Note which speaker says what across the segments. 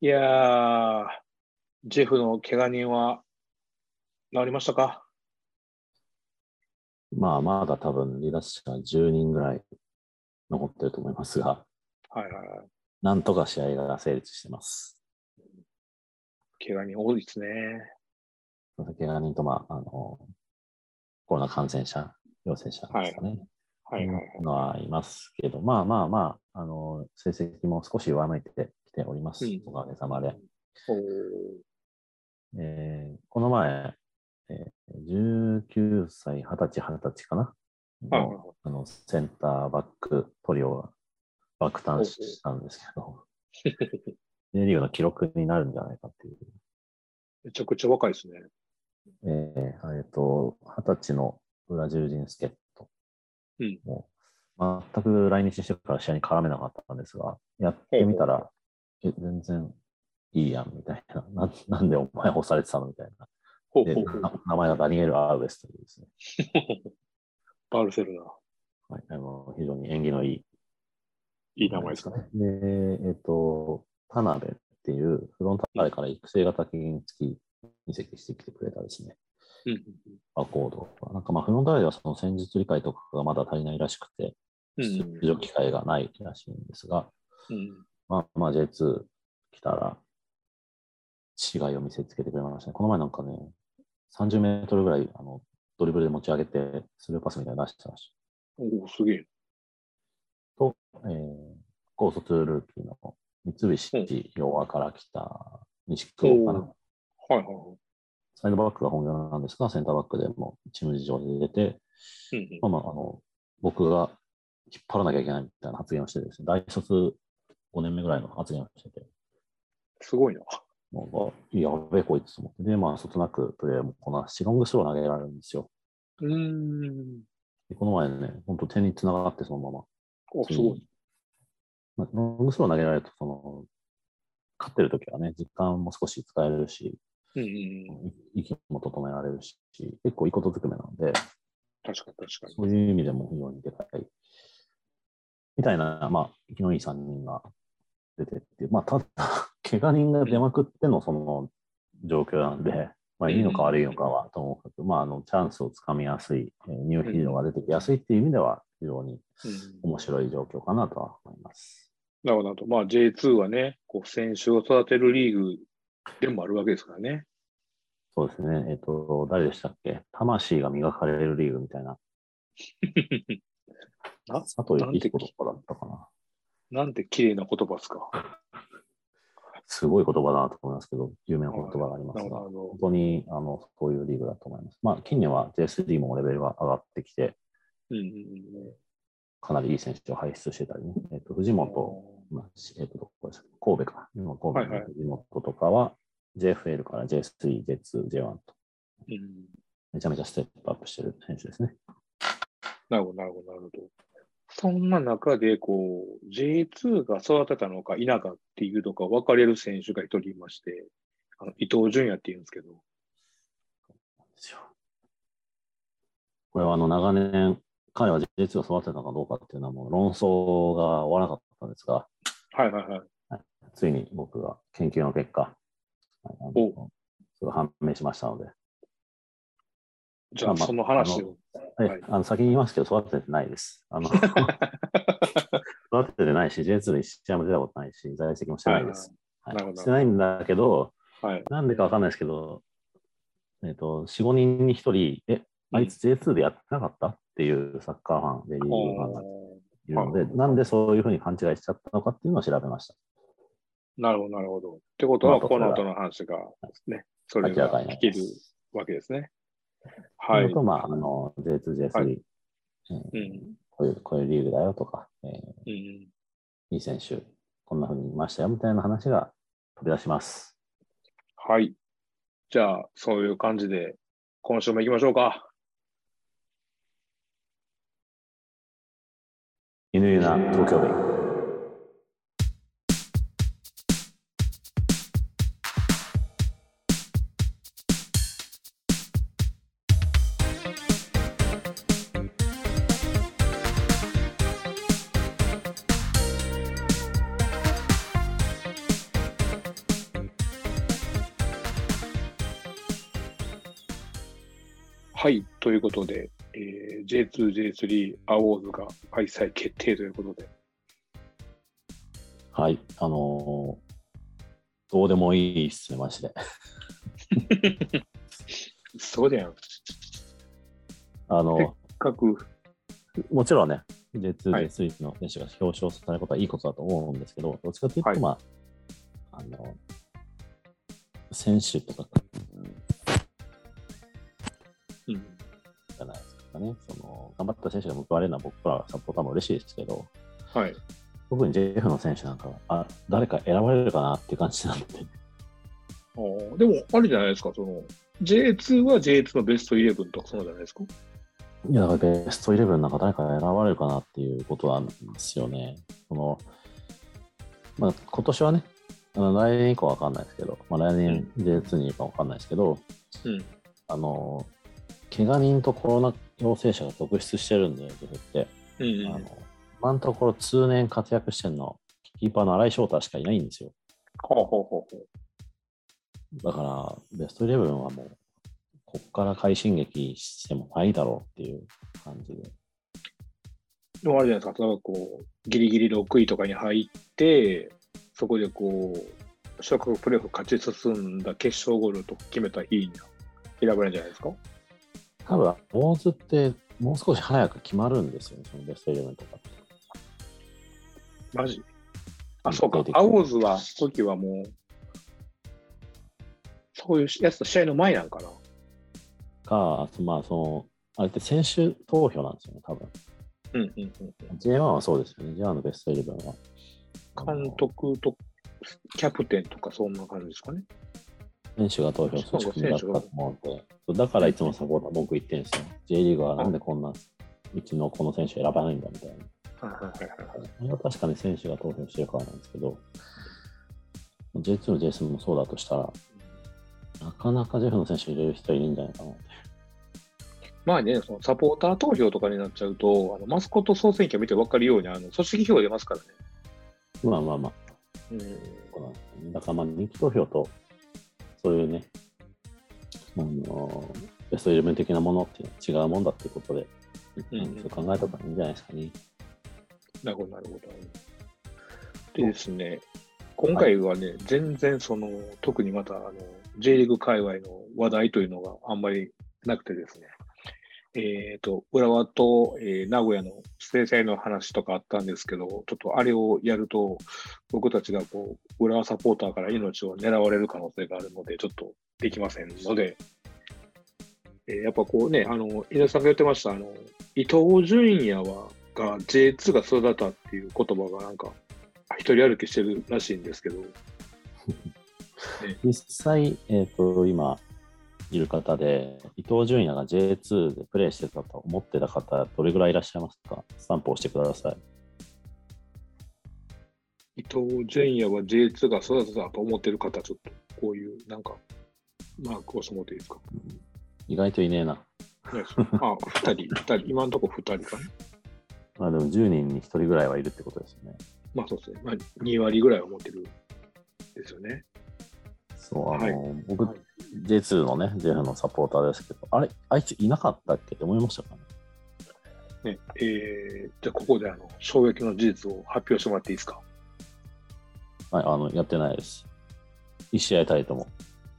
Speaker 1: いやー、ジェフの怪我人は治りましたか
Speaker 2: まあ、まだ多分離脱者10人ぐらい残ってると思いますが、
Speaker 1: はいはいはい。
Speaker 2: なんとか試合が成立してます。
Speaker 1: 怪我人多いですね。
Speaker 2: 怪我人と、まあ、あの、コロナ感染者、陽性者ですかね。
Speaker 1: はいはいはい。
Speaker 2: のはいますけど、まあまあまあ、あの、成績も少し上向いてきております
Speaker 1: うん。
Speaker 2: おかげさまで。
Speaker 1: おー
Speaker 2: えーこの前、えー19歳、20歳、20歳かな、
Speaker 1: はいはい
Speaker 2: の
Speaker 1: はい
Speaker 2: あのセンターバックトリオが爆誕したんですけど、J リーグの記録になるんじゃないかっていう。
Speaker 1: めちゃくちゃ若いですね。
Speaker 2: えーえっと、20歳のブラジル人助っ人
Speaker 1: うん
Speaker 2: もう全く来日してから試合に絡めなかったんですが、やってみたら、え全然いいやんみたいなな、 なんでお前干されてたのみたいな。
Speaker 1: ほう
Speaker 2: で
Speaker 1: ほうほう
Speaker 2: な名前がダニエル・アーウェスというですね、
Speaker 1: バルセロナ。
Speaker 2: はい、あの非常に縁起のいい
Speaker 1: いい名前ですかね。
Speaker 2: ね。で、えっ、と、田辺っていうフロンターレから育成型期限付き移籍してきてくれたですね、
Speaker 1: うんうん
Speaker 2: アコードが。なんかまあ、フロンターレではその戦術理解とかがまだ足りないらしくて、
Speaker 1: うん
Speaker 2: 出場機会がないらしいんですが、
Speaker 1: うん
Speaker 2: まあまあ J2 来たら違いを見せつけてくれましたね。この前なんかね、30メートルぐらいあのドリブルで持ち上げてスルーパスみたいなの出してたらしい。
Speaker 1: おーすげえ。
Speaker 2: と、えー、高卒ルーキーの三菱洋和から来た西久保か
Speaker 1: お
Speaker 2: な。
Speaker 1: はいはいはい
Speaker 2: サイドバックが本業なんですが、センターバックでもチーム事情で出て、。
Speaker 1: うんうん
Speaker 2: まあまあ、あの、僕が引っ張らなきゃいけないみたいな発言をしてですね、大卒5年目ぐらいの発言をしてて、
Speaker 1: すごいな。
Speaker 2: なんか、やべえこいつと思って、で、まあ、そつなくプレーもこなし、ロングスロー投げられるんですよ。
Speaker 1: うーん。
Speaker 2: でこの前ね、本当点につながって、そのまま。
Speaker 1: お、すごい。
Speaker 2: まあロングスロー投げられると、その、勝ってる時はね、時間も少し使えるし、
Speaker 1: うんうんうん。
Speaker 2: い息も整えられるし、結構いいことずくめなんで、
Speaker 1: 確かに確かに。
Speaker 2: そういう意味でも非常にでかい。みたいな、まあ、生きのいい3人が出てって、まあ、ただ、 怪我人が出まくってのその状況なんで、まあ、いいのか悪いのかはともかく、まあ、あの、チャンスをつかみやすい、えーニューヒーローが出てきやすいっていう意味では、非常に
Speaker 1: うん
Speaker 2: 面白い状況かなとは思います。
Speaker 1: なるほどなるほど。まあ J2 はね、こう選手を育てるリーグでもあるわけですからね。
Speaker 2: そうですね。えっ、と、誰でしたっけ魂が磨かれるリーグみた いな。
Speaker 1: な
Speaker 2: 佐藤幸彦とかだったかな。
Speaker 1: なんて綺麗な言葉ですか。
Speaker 2: すごい言葉だなと思いますけど、有名な言葉がありま
Speaker 1: な
Speaker 2: す
Speaker 1: る
Speaker 2: が。
Speaker 1: ほど
Speaker 2: 本。当にあのそういうリーグだと思います。まあ、近年は J3 もレベルが上がってきて、
Speaker 1: うんうん
Speaker 2: かなりいい選手を輩出してたりね、えっと藤本、まあしえっとどこでしたっけ神戸か、今神戸
Speaker 1: はいは
Speaker 2: の藤本とかは JFL から J3、J2、J1 と、
Speaker 1: うん。
Speaker 2: めちゃめちゃステップアップしてる選手ですね。
Speaker 1: なるほど、なるほど、なるほど。そんな中で、こう、J2 が育てたのか否かっていうのか分かれる選手が一人いまして、あの伊藤純也っていうんですけど、
Speaker 2: ですよこれはあの長年、彼は J2 を育てたのかどうかっていうのはもう論争が終わらなかったんですが、
Speaker 1: はいはいはい。
Speaker 2: ついに僕が研究の結果、はいあのすごい判明しましたので、
Speaker 1: じゃあ、
Speaker 2: まあまあ
Speaker 1: その話を。
Speaker 2: はい
Speaker 1: はい
Speaker 2: あの先に言いますけど、育ててないです。 あの育ててないし、J2 で一試合も出たことないし、在籍もしてないです。
Speaker 1: はい
Speaker 2: は
Speaker 1: はいなるほ
Speaker 2: い
Speaker 1: ど
Speaker 2: してないんだけど、
Speaker 1: はい
Speaker 2: なんでかわかんないですけど、えっ、と、4、5人に1人、え、あいつ J2 でやってなかったっていうサッカーファン、でリーグファンが
Speaker 1: おー
Speaker 2: いるので、なんでそういうふうに勘違いしちゃったのかっていうのを調べました。
Speaker 1: なるほど、なるほど。ってことは、
Speaker 2: まあそ
Speaker 1: こ
Speaker 2: れ
Speaker 1: の
Speaker 2: は
Speaker 1: 後の話が、ね、それ
Speaker 2: 明らか
Speaker 1: が
Speaker 2: にな
Speaker 1: 聞
Speaker 2: り
Speaker 1: け
Speaker 2: ま
Speaker 1: る
Speaker 2: す。
Speaker 1: わけですね。はい。
Speaker 2: というのと、まあ、あの、J2、J3、
Speaker 1: はい
Speaker 2: えー
Speaker 1: うん。
Speaker 2: こういう、こういうリーグだよとか、えー
Speaker 1: うん。
Speaker 2: いい選手、こんなふうにいましたよみたいな話が飛び出します。
Speaker 1: はい。じゃあ、そういう感じで、今週も行きましょうか。
Speaker 2: 犬湯な東京ベイ。
Speaker 1: はい、ということで、えー J2、J3、アウォーズが開催決定ということで、
Speaker 2: はい、あのーどうでもいいっすね、マジで。
Speaker 1: そうじゃん。
Speaker 2: あの
Speaker 1: はい各、
Speaker 2: もちろんね、J2、
Speaker 1: はい
Speaker 2: J3 の選手が表彰されることはいいことだと思うんですけど、どっちかというと、
Speaker 1: はい
Speaker 2: まあ、あの、選手とか
Speaker 1: うん、
Speaker 2: じゃないですかね、その、頑張った選手が報われるのは僕らサポーターも嬉しいですけど、
Speaker 1: はい。
Speaker 2: 特に JF の選手なんかは、あ、誰か選ばれるかなっていう感じなんで、
Speaker 1: あーでも、あるじゃないですか、その、J2 は J2 のベスト11とかそうなんじゃないですか。
Speaker 2: いや、だからベストイレブンなんか誰か選ばれるかなっていうことなんですよね。そのまあ、今年はね、あの来年以降は分かんないですけど、まあ、来年 J2 にいるか分かんないですけど、
Speaker 1: うん
Speaker 2: あの、怪我人とコロナ陽性者が続出してるんで、僕って。
Speaker 1: うん
Speaker 2: あ
Speaker 1: うん、
Speaker 2: の今のところ通年活躍してるの、キーパーの荒井翔太しかいないんですよ。
Speaker 1: ほうほうほうほ
Speaker 2: だから、ベストイレブンはもう、こっから快進撃してもないだろうっていう感じで。
Speaker 1: う。でもあるじゃないですか、例えばこう、ギリギリ6位とかに入って、そこでこう、昇格プレーオフ勝ち進んだ決勝ゴールと決めた日に選ばれるんじゃないですか。
Speaker 2: 多分、大津ってもう少し早く決まるんですよね、そのベストイレブンとかって。
Speaker 1: マジあ、そうか
Speaker 2: 出て。くる
Speaker 1: アオーズは、時はもう、そういうやつと試合の前なんかな。
Speaker 2: か、まあ、その、あれって選手投票なんですよね、多分。
Speaker 1: うんうんうん。
Speaker 2: J1 はそうですよね、J1 のベストイレブンは。
Speaker 1: 監督とキャプテンとかそんな感じですかね。
Speaker 2: あの。選手が投票する仕組みだったと思うんで、そうだからいつもサポーター文句言ってるんですよ。J リーグはなんでこんな、うちのこの選手選ばないんだみたいな。
Speaker 1: はいはいはいはい。
Speaker 2: あれは確かに選手が投票してるからなんですけど、J2 の J3 もそうだとしたら、なかなか J フの選手入れる人いるんじゃないかなって。
Speaker 1: まあね、そのサポーター投票とかになっちゃうと、あのマスコット総選挙見て分かるように、あの組織票出ますからね。
Speaker 2: まあまあまあ、
Speaker 1: うん、
Speaker 2: そうなんですよねだからまあ人気投票と、そういうね、あのベストイレブン的なものっていうのは違うもんだっていうことで、
Speaker 1: うん
Speaker 2: なんかそう考えた方がいいんじゃないですかね。
Speaker 1: なるほど、なるほど。でですね、今回はね、全然その、特にまたあの J リーグ界隈の話題というのがあんまりなくてですね、えっ、と、浦和と、えー名古屋の制裁の話とかあったんですけど、ちょっとあれをやると、僕たちがこう、浦和サポーターから命を狙われる可能性があるので、ちょっとできませんので、えーやっぱこうね、あの、井田さんが言ってました、あの、伊藤純也は、が J2 が育ったっていう言葉がなんか、一人歩きしてるらしいんですけど、
Speaker 2: 実際、えっ、と、今、いる方で、伊藤純也が J2 でプレーしてたと思ってた方、どれぐらいいらっしゃいますかスタンプ押してください。
Speaker 1: 伊藤純也は J2 が育ったと思ってる方、ちょっとこういうなんか、マークをしてもらっていいですか。
Speaker 2: 意外といねえな。
Speaker 1: ねあ、二人、二人、今のところ二人かな。
Speaker 2: まあでも10人に1人ぐらいはいるってことですよね。
Speaker 1: まあそうですね。まあ、2割ぐらいは持ってるですよね。
Speaker 2: そう、あの、
Speaker 1: はい
Speaker 2: 僕、J2 のね、JF のサポーターですけど、あれ、あいついなかったっけって思いましたかね。
Speaker 1: ねえーじゃあここであの衝撃の事実を発表してもらっていいですか。
Speaker 2: はい、あの、やってないです。1試合たりとも。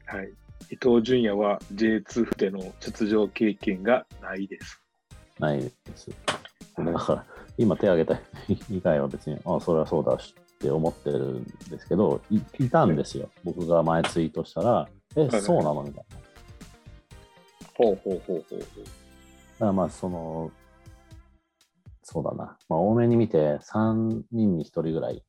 Speaker 1: はい。伊藤純也は J2 での出場経験がないです。
Speaker 2: ないです。だから、今手挙げた人以外は別に、あそれはそうだしって思ってるんですけど、い聞いたんですよ。僕が前ツイートしたら、え、
Speaker 1: はい
Speaker 2: そうなのみたいな。だか
Speaker 1: ほうほうほうほうほう。
Speaker 2: らまあ、その、そうだな。まあ、多めに見て、3人に1人ぐらい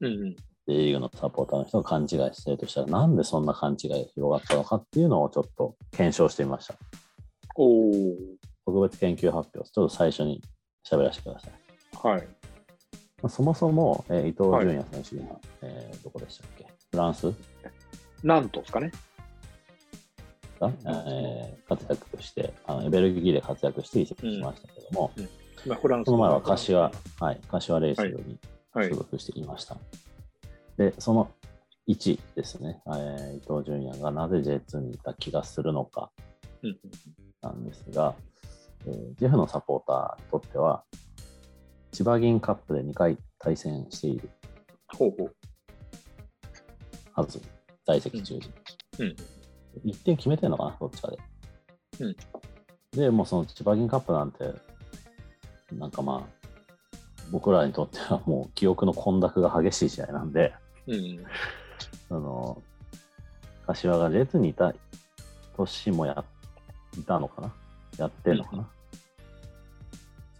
Speaker 1: うんうん、
Speaker 2: J リーグのサポーターの人が勘違いしてるとしたら、なんでそんな勘違いが広がったのかっていうのをちょっと検証してみました。
Speaker 1: お
Speaker 2: 特別研究発表、ちょっと最初に喋らせてください。
Speaker 1: お、はい。
Speaker 2: まあ、そもそも、えー伊藤純也選手が、えーどこでしたっけフランス
Speaker 1: なんとですかね。
Speaker 2: が、えー活躍して、あのベルギーで活躍して移籍しましたけども、
Speaker 1: まあ、フランス
Speaker 2: その前は柏、はい、柏レイソルに
Speaker 1: はい
Speaker 2: 所。属していました。で、その1ですね、えー伊藤純也がなぜ J2 にいた気がするのか
Speaker 1: うん
Speaker 2: なんですが、えージェフのサポーターにとっては、千葉銀カップで2回対戦している
Speaker 1: ほうほう。
Speaker 2: はず、在籍中に。
Speaker 1: うん。
Speaker 2: 1点決めてるのかな、どっちかで。
Speaker 1: うん
Speaker 2: で、もうその千葉銀カップなんて、なんかまあ、僕らにとってはもう記憶の混濁が激しい試合なんで、
Speaker 1: うん。
Speaker 2: その、柏が列にいた年もやいたのかなやってんのかな、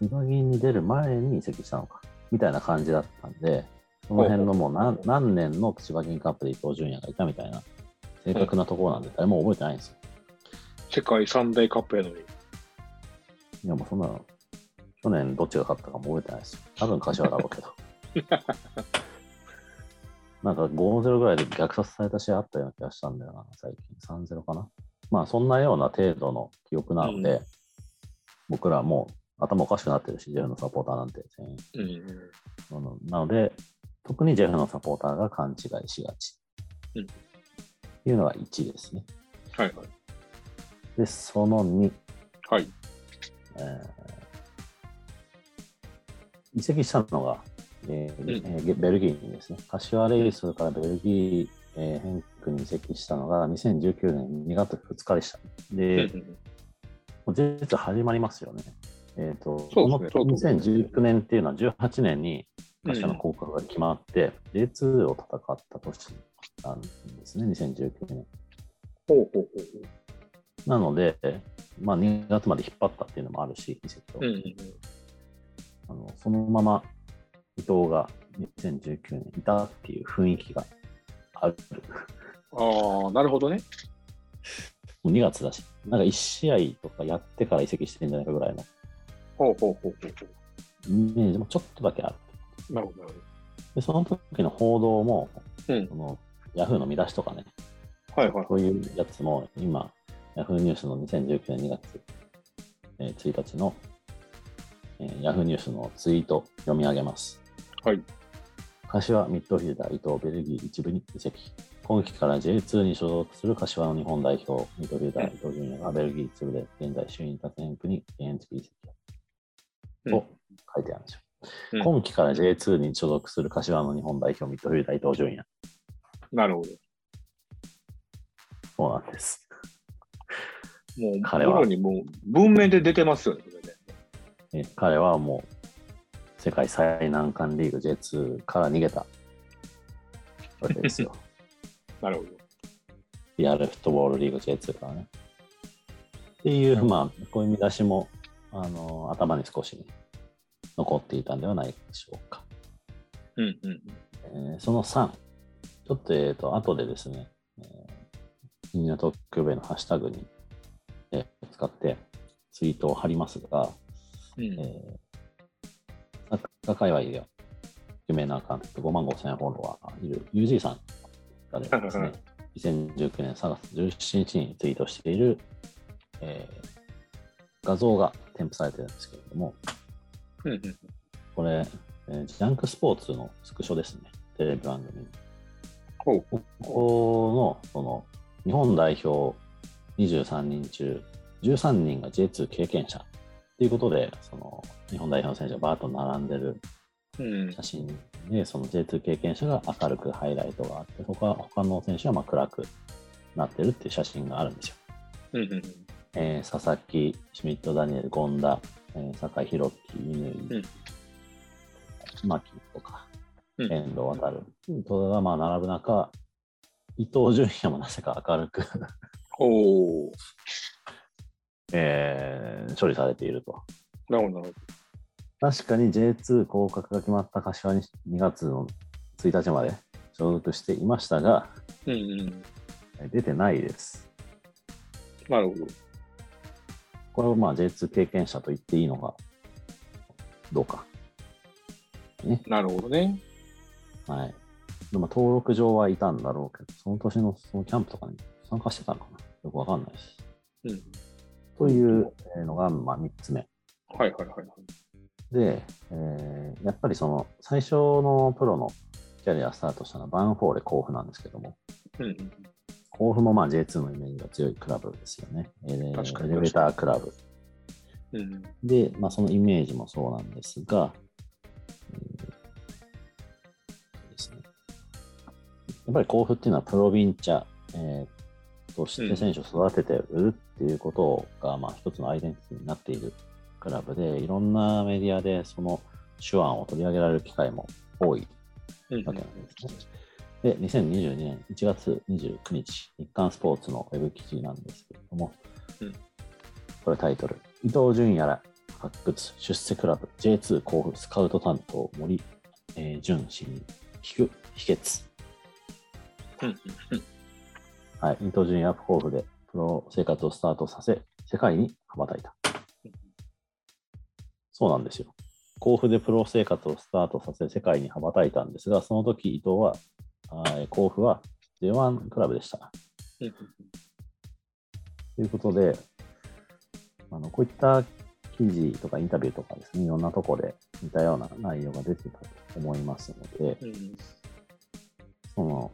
Speaker 2: 千葉銀に出る前に移籍したのかみたいな感じだったんで、その辺のもう何何年の千葉銀カップで伊東純也がいたみたいな正確なところなんで誰も覚えてないんですよ。
Speaker 1: 世界三大カップやのに。
Speaker 2: いやもうそんなの、去年どっちが勝ったかも覚えてないですよ。多分柏だ ろうけど。なんか5-0ぐらいで虐殺された試合あったような気がしたんだよな、最近。3-0かな。まあそんなような程度の記憶なので、
Speaker 1: うん
Speaker 2: 僕らもう頭おかしくなってるし、ジェフのサポーターなんて全員。
Speaker 1: うんうん。
Speaker 2: あのなので、特にジェフのサポーターが勘違いしがち。
Speaker 1: うん
Speaker 2: っていうのが1ですね。
Speaker 1: はいはい。
Speaker 2: で、その2。
Speaker 1: はい。
Speaker 2: えー移籍したのが、えー
Speaker 1: うん
Speaker 2: えーベルギーにですね、柏レイソルからベルギー、えー、ヘンクに移籍したのが2019年2月2日でした。
Speaker 1: う
Speaker 2: で、
Speaker 1: ん
Speaker 2: もう事実始まりますよね。えっ、と、
Speaker 1: そうですね
Speaker 2: この2019年っていうのは18年に柏の
Speaker 1: うん
Speaker 2: 降格が決まって、J2 を戦った年なんですね、2019年。
Speaker 1: ほうほうほ
Speaker 2: なので、まあ、2月まで引っ張ったっていうのもあるし、移籍を。
Speaker 1: う。うんうん
Speaker 2: あのそのまま伊藤が2019年いたっていう雰囲気がある。
Speaker 1: うん。ああ、なるほどね。
Speaker 2: もう2月だし、なんか1試合とかやってから移籍してんじゃないかぐらいの
Speaker 1: ほうほうほうほう。
Speaker 2: イメージもちょっとだけある。
Speaker 1: なるほどなる
Speaker 2: で、その時の報道も、
Speaker 1: うん
Speaker 2: そのヤフーの見出しとかね、
Speaker 1: ほど。はいはい。
Speaker 2: そういうやつも今、ヤフーニュースの2019年2月、えー1日の、えー、ヤフーニュースのツイート読み上げます。
Speaker 1: はい。
Speaker 2: 柏ミッドフィルダー伊藤ベルギー一部に移籍。今季から J2 に所属する柏の日本代表、ミッドフィルダー伊藤純也がベルギー一部で現在首位に立つヘンクに現地移籍
Speaker 1: うん
Speaker 2: と書いてあるんですよ。
Speaker 1: うん
Speaker 2: 今季から J2 に所属する柏の日本代表、ミッドフィルダー伊藤純也。
Speaker 1: なるほど。
Speaker 2: そうなんです。
Speaker 1: もう、
Speaker 2: 彼は
Speaker 1: プロにもう文面で出てますよね、これね。
Speaker 2: え彼はもう世界最難関リーグ J2 から逃げたわけですよ。
Speaker 1: なるほど。
Speaker 2: リアルフットボールリーグ J2 からね。っていう、まあ、こういう見出しも、あの頭に少し、ね、残っていたんではないでしょうか。
Speaker 1: うんうんうん。
Speaker 2: えーその3、ちょっと、えっ、と、後でですね、えー、みんな特急ベのハッシュタグに、えー使ってツイートを貼りますが、
Speaker 1: うん
Speaker 2: えー、サッカー界隈では有名なアカウント5万5千フォロワーがいる UG さんがです
Speaker 1: はい
Speaker 2: ね、2019年3月17日にツイートしている、えー画像が添付されてるんですけれども、
Speaker 1: うんうん
Speaker 2: これ、えージャンクスポーツのスクショですね、テレビ番組の
Speaker 1: ほう。
Speaker 2: ここのその日本代表23人中13人が J2 経験者ということでその日本代表の選手がバーッと並んでる
Speaker 1: うん
Speaker 2: 写真でその J2 経験者が明るくハイライトがあって他他の選手はまあ暗くなってるっていう写真があるんですよ。
Speaker 1: うんうん
Speaker 2: えー佐々木、シュミット、ダニエル、権田、えー酒井宏樹、
Speaker 1: うん、
Speaker 2: 乾牧とか、
Speaker 1: う
Speaker 2: 遠
Speaker 1: ん
Speaker 2: 藤航、戸田がまあ並ぶ中、伊藤純也もなぜか明るく、
Speaker 1: おお。
Speaker 2: えー処理されていると。
Speaker 1: なるほど、なる
Speaker 2: 確かに J2 降格が決まった柏に2月の1日まで所属していましたが、
Speaker 1: ほど。うんうん。
Speaker 2: えー出てないです。
Speaker 1: なるほど。
Speaker 2: これをまあ J2 経験者と言っていいのが、どうか。
Speaker 1: なるほどね。
Speaker 2: はい。でも登録上はいたんだろうけど、その年のそのキャンプとかに参加してたのかなよくわかんないし。
Speaker 1: うん。
Speaker 2: というのが、まあ、3つ目。
Speaker 1: はいはいはいはい。
Speaker 2: で、えーやっぱりその最初のプロのキャリアスタートしたのはバンフォーレ甲府なんですけども、
Speaker 1: うんうん。
Speaker 2: 甲甲府もまあ J2 のイメージが強いクラブですよね。えー
Speaker 1: 確かに
Speaker 2: エレベータークラブ。
Speaker 1: うん。
Speaker 2: で、まあ、そのイメージもそうなんですが、えーそうですね、やっぱり甲府っていうのはプロヴィンチャ、えーとして選手を育てて売るっていうことが、まあ、一つのアイデンティティになっているクラブで、いろんなメディアでその手腕を取り上げられる機会も多い
Speaker 1: うん
Speaker 2: わけなんですね。で、2022年1月29日、日刊スポーツのウェブ記事なんですけれども、
Speaker 1: うん
Speaker 2: これタイトル、伊藤純也ら発掘、出世クラブ、J2 甲府スカウト担当、森、えー、純氏に聞く秘訣。
Speaker 1: うんうんうん
Speaker 2: はい、伊藤純也は甲府でプロ生活をスタートさせ、世界に羽ばたいた。そうなんですよ。甲府でプロ生活をスタートさせ、世界に羽ばたいたんですが、その時伊藤は、あー甲府は J1 クラブでした。
Speaker 1: うんうん
Speaker 2: ということで、あのこういった記事とかインタビューとかですね、いろんなところで似たような内容が出てたと思いますので、
Speaker 1: うん
Speaker 2: その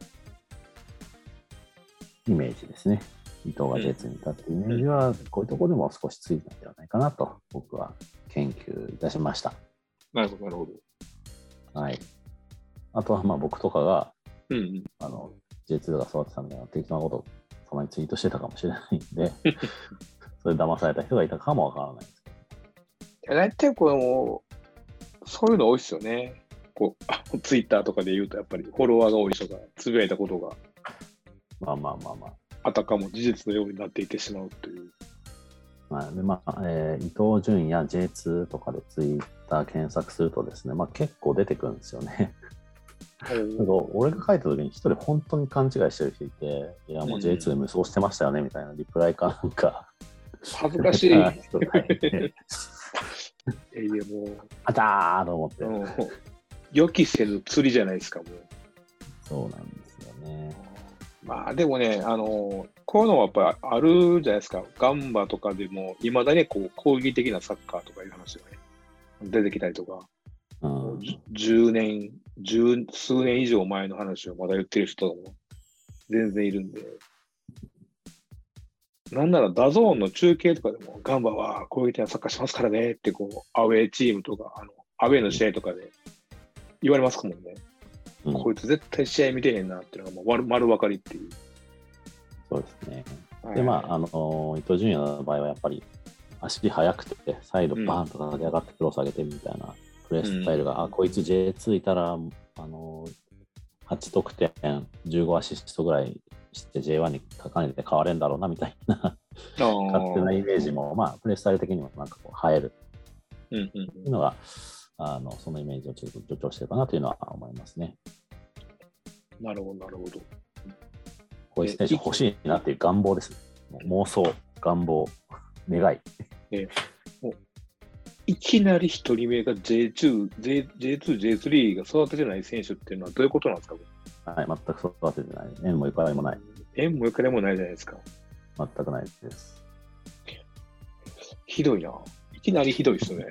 Speaker 2: イメージですね、伊藤が J2 にいたっていうイメージは、こういうところでも少しついたんではないかなと、僕は研究いたしました。
Speaker 1: なるほど、なるほど。
Speaker 2: はい、あとはまあ僕とかが
Speaker 1: うんうん。
Speaker 2: あの J2 が育てたみたいな適当なことをたまにツイートしてたかもしれないんで、 それ騙された人がいたかもわからないですけど。
Speaker 1: 大体この、そういうの多いですよね。こう、 ツイッターとかで言うと、やっぱりフォロワーが多い人がつぶやいたことが、
Speaker 2: まあまあまあまあ。
Speaker 1: あたかも事実のようになっていってしまうという。
Speaker 2: まあでまあえー伊藤純也 J2 とかでツイッター検索するとですね、まあ、結構出てくるんですよね。 だけど俺が書いた時に一人本当に勘違いしてる人いて、いやもう J2 無双してましたよねみたいなリプライかなんか。
Speaker 1: 恥ずかしい。
Speaker 2: あ人がい て
Speaker 1: えいやもう
Speaker 2: あたーと思って。
Speaker 1: うん、予期せぬ釣りじゃないですか、もう。
Speaker 2: そうなんですよね。
Speaker 1: まあでもね、あのこういうのはやっぱりあるじゃないですか、ガンバとかでも、いまだにこう攻撃的なサッカーとかいう話がね、出てきたりとか、
Speaker 2: うん、
Speaker 1: じゅ 10, 年、十数年以上前の話をまだ言ってる人も全然いるんで、なんならダゾーンの中継とかでも、ガンバは攻撃的なサッカーしますからねってこう、アウェーチームとか、あのアウェーの試合とかで言われますもんね、
Speaker 2: うん
Speaker 1: こいつ絶対試合見てへんなっていうのがもう丸丸分かりっていう。
Speaker 2: そうですね。
Speaker 1: はい
Speaker 2: で、まあ、あの伊藤純也の場合はやっぱり足速くて、サイドバーンと上げ上がってクロス上げてみたいなプレースタイルが、あ、こいつ J2 いたら、あの8得点、15アシストぐらいして J1 に高値で変われんだろうなみたいな
Speaker 1: あー
Speaker 2: 勝手なイメージも、まあ、プレースタイル的にもなんかこう映える
Speaker 1: うんうん
Speaker 2: っていうのが、あのそのイメージをちょっと助長してるかなというのは思いますね。
Speaker 1: うん、なるほど、なるほど。
Speaker 2: こういう選手欲しいなっていう願望ですね。もう妄想、願望、願い。
Speaker 1: いきなり一人目が J2、J- J2、J3 が育ててない選手っていうのはどういうことなんですか
Speaker 2: はい、全く育ててない。縁もゆかりもない。。
Speaker 1: 縁もゆかりもないじゃないですか。
Speaker 2: 全くないです。
Speaker 1: ひどいな。いきなりひどいですね。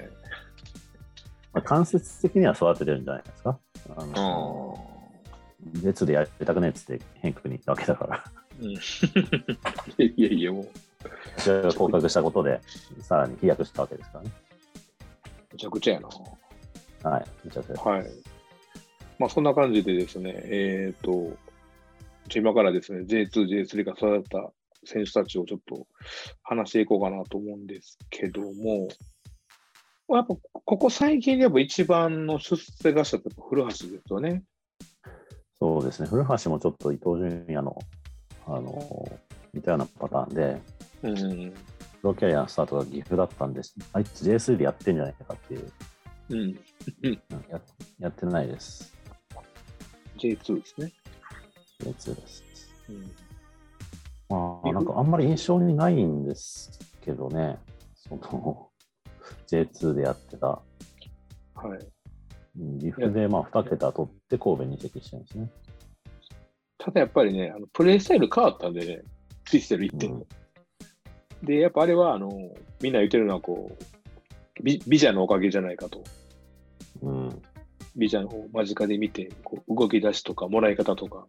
Speaker 2: まあ、間接的には育ててるんじゃないですか。あ
Speaker 1: あ
Speaker 2: の、列でやりたくねえっつって、変クに行ったわけだから。
Speaker 1: うん、いやいや、もう、
Speaker 2: 私が降格したことで、さらに飛躍したわけですからね。
Speaker 1: めちゃくちゃやな。
Speaker 2: はい、めちゃくちゃ。
Speaker 1: はい。まあ、そんな感じでですね、えっ、と、ちょ今からですね、J2、J3 が育った選手たちをちょっと話していこうかなと思うんですけども、まあやっぱ、ここ最近でやっぱ一番の出世がしたってやっぱ古橋ですよね。
Speaker 2: そうですね。古橋もちょっと伊藤純也の、あの、似たようなパターンで、
Speaker 1: うん。
Speaker 2: プロキャリアのスタートが岐阜だったんです。あいつ J3 でやってんじゃないかっていう、
Speaker 1: うん。
Speaker 2: うんややってないです。
Speaker 1: J2 ですね。
Speaker 2: J2 です。
Speaker 1: うん。
Speaker 2: ま
Speaker 1: い
Speaker 2: あ、
Speaker 1: や
Speaker 2: なんかあんまり印象にないんですけどね、その J2 でやってた、
Speaker 1: はい。
Speaker 2: うん岐阜でまあ2桁取って神戸に移籍してるんですね。
Speaker 1: ただやっぱりね、あのプレイスタイル変わったんでね、ツイステル1点、
Speaker 2: うん
Speaker 1: で、やっぱあれは、あの、みんな言ってるのは、こう、ビビジャのおかげじゃないかと。
Speaker 2: うん、
Speaker 1: ビジャを間近で見て、こう動き出しとか、もらい方とか、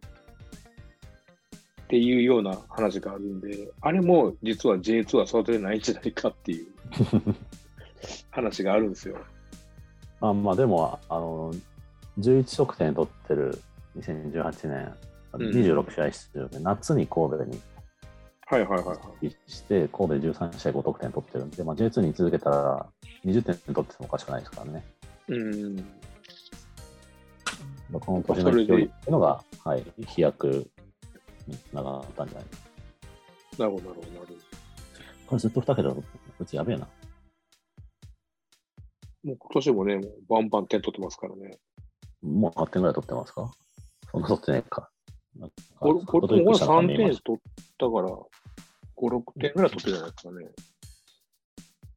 Speaker 1: っていうような話があるんで、あれも実は J2 は育ててないんじゃないかって いう話があるんですよ。
Speaker 2: あまあでも、あの、11得点取ってる2018年、
Speaker 1: うん
Speaker 2: 26試合出場で、夏に神戸に
Speaker 1: はいはいはいはい。
Speaker 2: 移籍して、神戸13試合5得点取ってるんで、まあ、J2 に続けたら20点取っててもおかしくないですからね。
Speaker 1: うん。
Speaker 2: まあこの年の勢いっていうのが、はい、飛躍につながったんじゃない
Speaker 1: なるほどなるほどなるほど。
Speaker 2: これずっと2桁だと、うちやべえな。
Speaker 1: もう今年もね、もうバンバン点取ってますからね。
Speaker 2: もう8点ぐらい取ってますかそんな取ってないか。なんか
Speaker 1: 俺、これ、こ
Speaker 2: こ
Speaker 1: れ
Speaker 2: と
Speaker 1: 3
Speaker 2: 見えま
Speaker 1: 点
Speaker 2: し
Speaker 1: 取ったから、5、6点ぐらい取ってるじゃないですかね。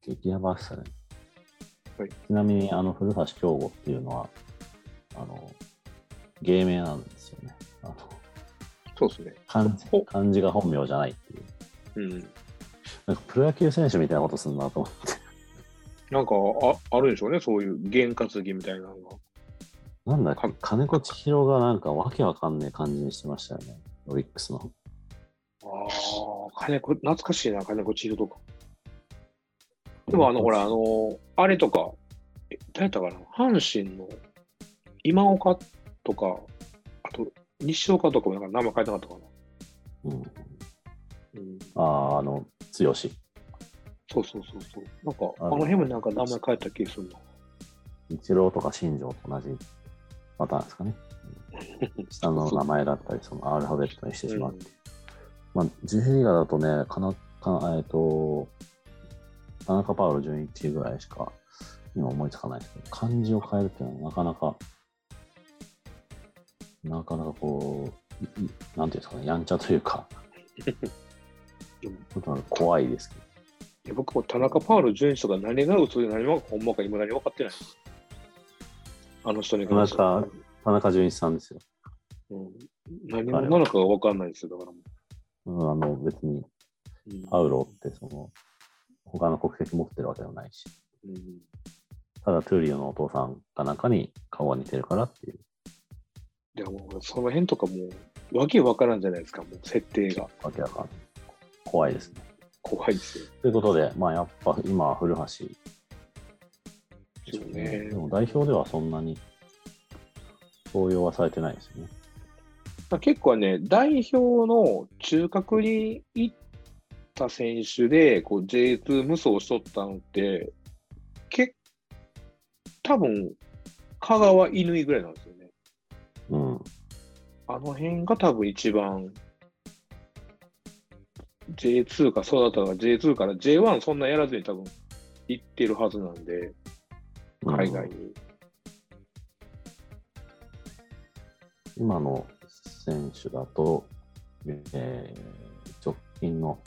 Speaker 2: た激ヤバっすね。
Speaker 1: はい
Speaker 2: ちなみに、あの、古橋京吾っていうのは、あの、芸名なんですよね。あの
Speaker 1: そうですね。
Speaker 2: 漢字
Speaker 1: ほ
Speaker 2: 漢字が本名じゃないっていう。
Speaker 1: うん。
Speaker 2: なんかプロ野球選手みたいなことするなと思って。
Speaker 1: なんかあ、あるんでしょうね、そういう験担ぎみたいなのが。
Speaker 2: なんだっけ
Speaker 1: か
Speaker 2: 金子千尋がなんかわけわかんねえ感じにしてましたよね。オリックスの。
Speaker 1: ああ、金子、懐かしいな、金子チルとか。でも、あの、ほら、あ、の、あれとか、え誰だったかな、阪神の今岡とか、あと、西岡とかもなんか名前変えたかったかな。
Speaker 2: うん、
Speaker 1: うん。
Speaker 2: あー、あの、剛。
Speaker 1: そうそうそうそう。なんか、
Speaker 2: あ
Speaker 1: あ
Speaker 2: の
Speaker 1: の辺もなんか名前変えた気がするな。
Speaker 2: 一郎とか新庄と同じパターンですかね。下の名前だったり、そのアルファベットにしてしまう。まあ、J リーガーだとね、かなかえっ、と、田中パウロ純一ぐらいしか今思いつかないですけど、漢字を変えるっていうのはなかなか、なかなかこう、いいなんていうんですかね、やんちゃというか、ち
Speaker 1: で
Speaker 2: ょ
Speaker 1: も
Speaker 2: っとなんか怖いですけど。
Speaker 1: いや僕も田中パウロ選手が何が嘘で何がほんまか今何も分かってない。あの人に関しては
Speaker 2: 田中田中純一さんですよ。
Speaker 1: うん、何者なのかが分かんないですよ、だからも
Speaker 2: うん、あの、別に
Speaker 1: う。うん
Speaker 2: パウロってその、他の国籍持ってるわけでもないし、
Speaker 1: うん
Speaker 2: ただトゥーリオのお父さんかなんかに顔が似てるからっていう
Speaker 1: でもうその辺とかもう、わけ分からんじゃないですか、もう設定が。
Speaker 2: わけだから、怖いですね。
Speaker 1: 怖いですよ。
Speaker 2: ということで、まあやっぱ今は古橋
Speaker 1: そうね
Speaker 2: で。も代表ではそんなに応用はされてないですよね。
Speaker 1: まあ、結構ね、代表の中核に行った選手で、こう J2 無双しとったのって、け多分香川乾ぐらいなんですよね。
Speaker 2: うん。
Speaker 1: あの辺が多分一番 J2 かそうだったら J2 から J1 そんなやらずに多分行ってるはずなんで、海外
Speaker 2: うん
Speaker 1: に。
Speaker 2: 今の選手だと、えー直近の、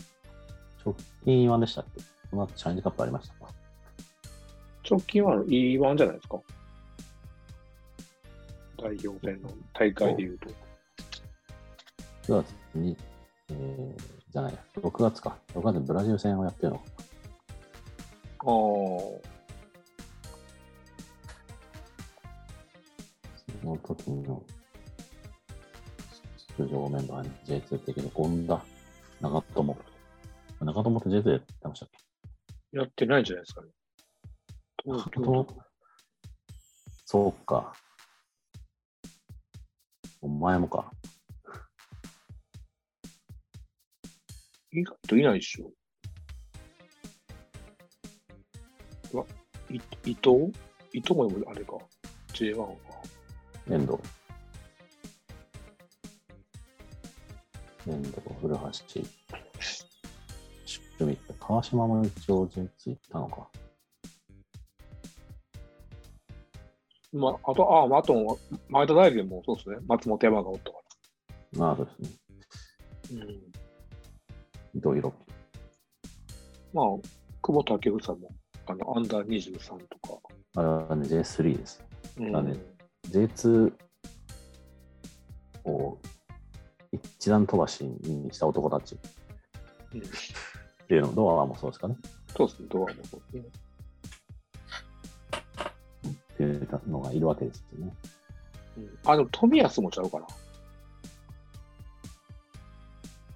Speaker 2: 直近はでしたっけこの後チャレンジカップありましたか
Speaker 1: 直近は E1 じゃないですか。代表戦の大会でいうと。
Speaker 2: 9月に、えーじゃないや、6月か。6月にブラジル戦をやってるのか。
Speaker 1: ああ。
Speaker 2: その時の出場メンバーに J2 的に権田、長友。長友って J2 やってましたっけ
Speaker 1: やってないんじゃないですかね。東京
Speaker 2: 長友そうか。お前もか。
Speaker 1: 意外といないでしょ。うわ、い伊藤伊藤もでもあれか。J1 か。
Speaker 2: 遠藤。遠藤、古橋、シュミット、川島も一応 J2 行ったのか。
Speaker 1: まあ、あと、ああ、まあ、あと、前田大然もそうですね。松本山がおったか
Speaker 2: なあ、そうですね。
Speaker 1: ら。うん。
Speaker 2: 伊藤洋樹。
Speaker 1: まあ、久保建英も、あの、アンダー23とか。
Speaker 2: あれはね、J3 です。
Speaker 1: うん。
Speaker 2: だね J2 を一段飛ばしにした男たちっ
Speaker 1: うん
Speaker 2: ていうの、ドアもそうですかね。
Speaker 1: そうですね、ドアもそうですね。
Speaker 2: っていうのがいるわけですよね。
Speaker 1: うんあ、でも、冨安もちゃうかな。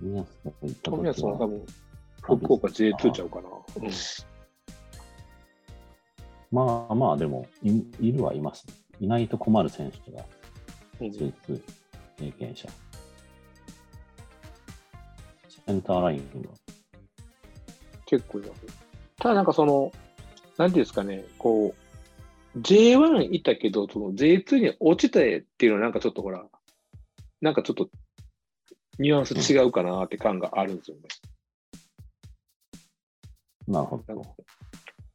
Speaker 2: 宮さんが行った
Speaker 1: 富安
Speaker 2: 時
Speaker 1: は多
Speaker 2: は、
Speaker 1: 分、福岡 J2 ちゃうかな。うん
Speaker 2: まあまあ、でもい、いるはいます、ね。いないと困る選手が、J2 経験者。センターラインが。
Speaker 1: 結構います。ただなんかその、なんていうんですかね、こう、J1 いたけど、その J2 に落ちた絵っていうのはなんかちょっとほら、なんかちょっとニュアンス違うかなって感があるんですよね。
Speaker 2: なるほ
Speaker 1: なん
Speaker 2: ど
Speaker 1: か。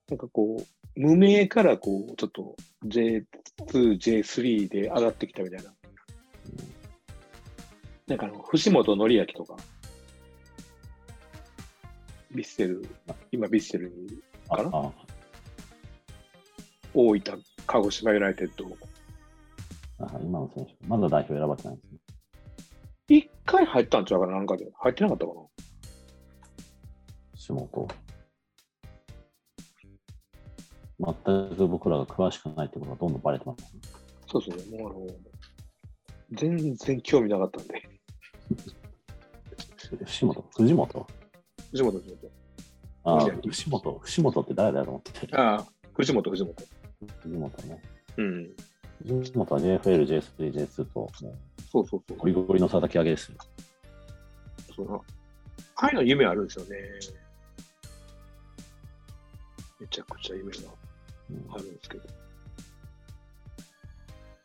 Speaker 1: なんかこう、無名からこう、ちょっと J2、J3 で上がってきたみたいな。なんかあの、藤本紀明とか、ヴィッセル、今ヴィッセルにいる
Speaker 2: あ
Speaker 1: かな
Speaker 2: あ
Speaker 1: 大分、鹿児島ユナイテッド、
Speaker 2: あ今の選手、まだ代表選ばれてないんですね。
Speaker 1: 一回入ったんちゃうかな、なんかで。入ってなかったかな。
Speaker 2: 下本。全く僕らが詳しくないってことがどんどんバレてますね。
Speaker 1: そうですね、もうあの、全然興味なかったんで。
Speaker 2: 藤本藤本
Speaker 1: 藤本、藤本。
Speaker 2: ああ
Speaker 1: 藤本
Speaker 2: 藤本藤本って誰だと思ってて。
Speaker 1: ああ、藤本、藤本。
Speaker 2: 藤本ね。
Speaker 1: うん。
Speaker 2: 藤本は JFL、J3、J2 と、も
Speaker 1: そうそうそう
Speaker 2: うゴ。リゴリの叩き上げですよ。
Speaker 1: そうな。ああいうの夢あるんですよね。めちゃくちゃ夢が
Speaker 2: うん
Speaker 1: あるんですけど。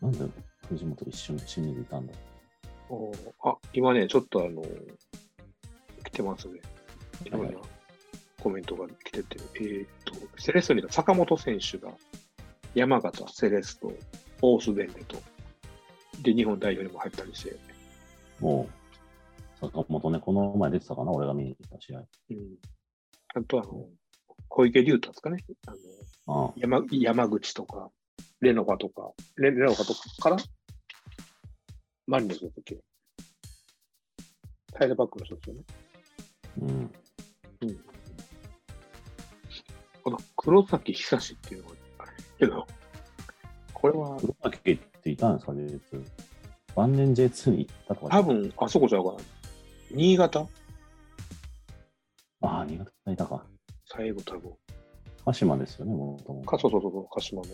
Speaker 2: なんで藤本一瞬清水いたんだ
Speaker 1: おーあ、今ね、ちょっとあの、来てますね。いろんなコメントが来てて、えーっと、セレッソにいた坂本選手が、山形、セレスト、オースデンネと、で、日本代表にも入ったりして、
Speaker 2: もう、坂本ね、この前出てたかな、俺が見に行った試合。
Speaker 1: うん。あとあの、小池龍太ですかね。あの
Speaker 2: ああ
Speaker 1: 山山口とか、レノカとか、レレノカとかから、マリノスの時タイルバックの人ですよね。
Speaker 2: うん。
Speaker 1: この黒崎久志っていうのがあれけど、これは
Speaker 2: 黒崎っていたんですか、J2。晩年 J2 に行ったとか。
Speaker 1: 多分あそこちゃうかな。新潟
Speaker 2: ああ、新潟にいたか。
Speaker 1: 最後多分。
Speaker 2: 鹿島ですよね、もとも
Speaker 1: か、そうそうそうそう、鹿島の。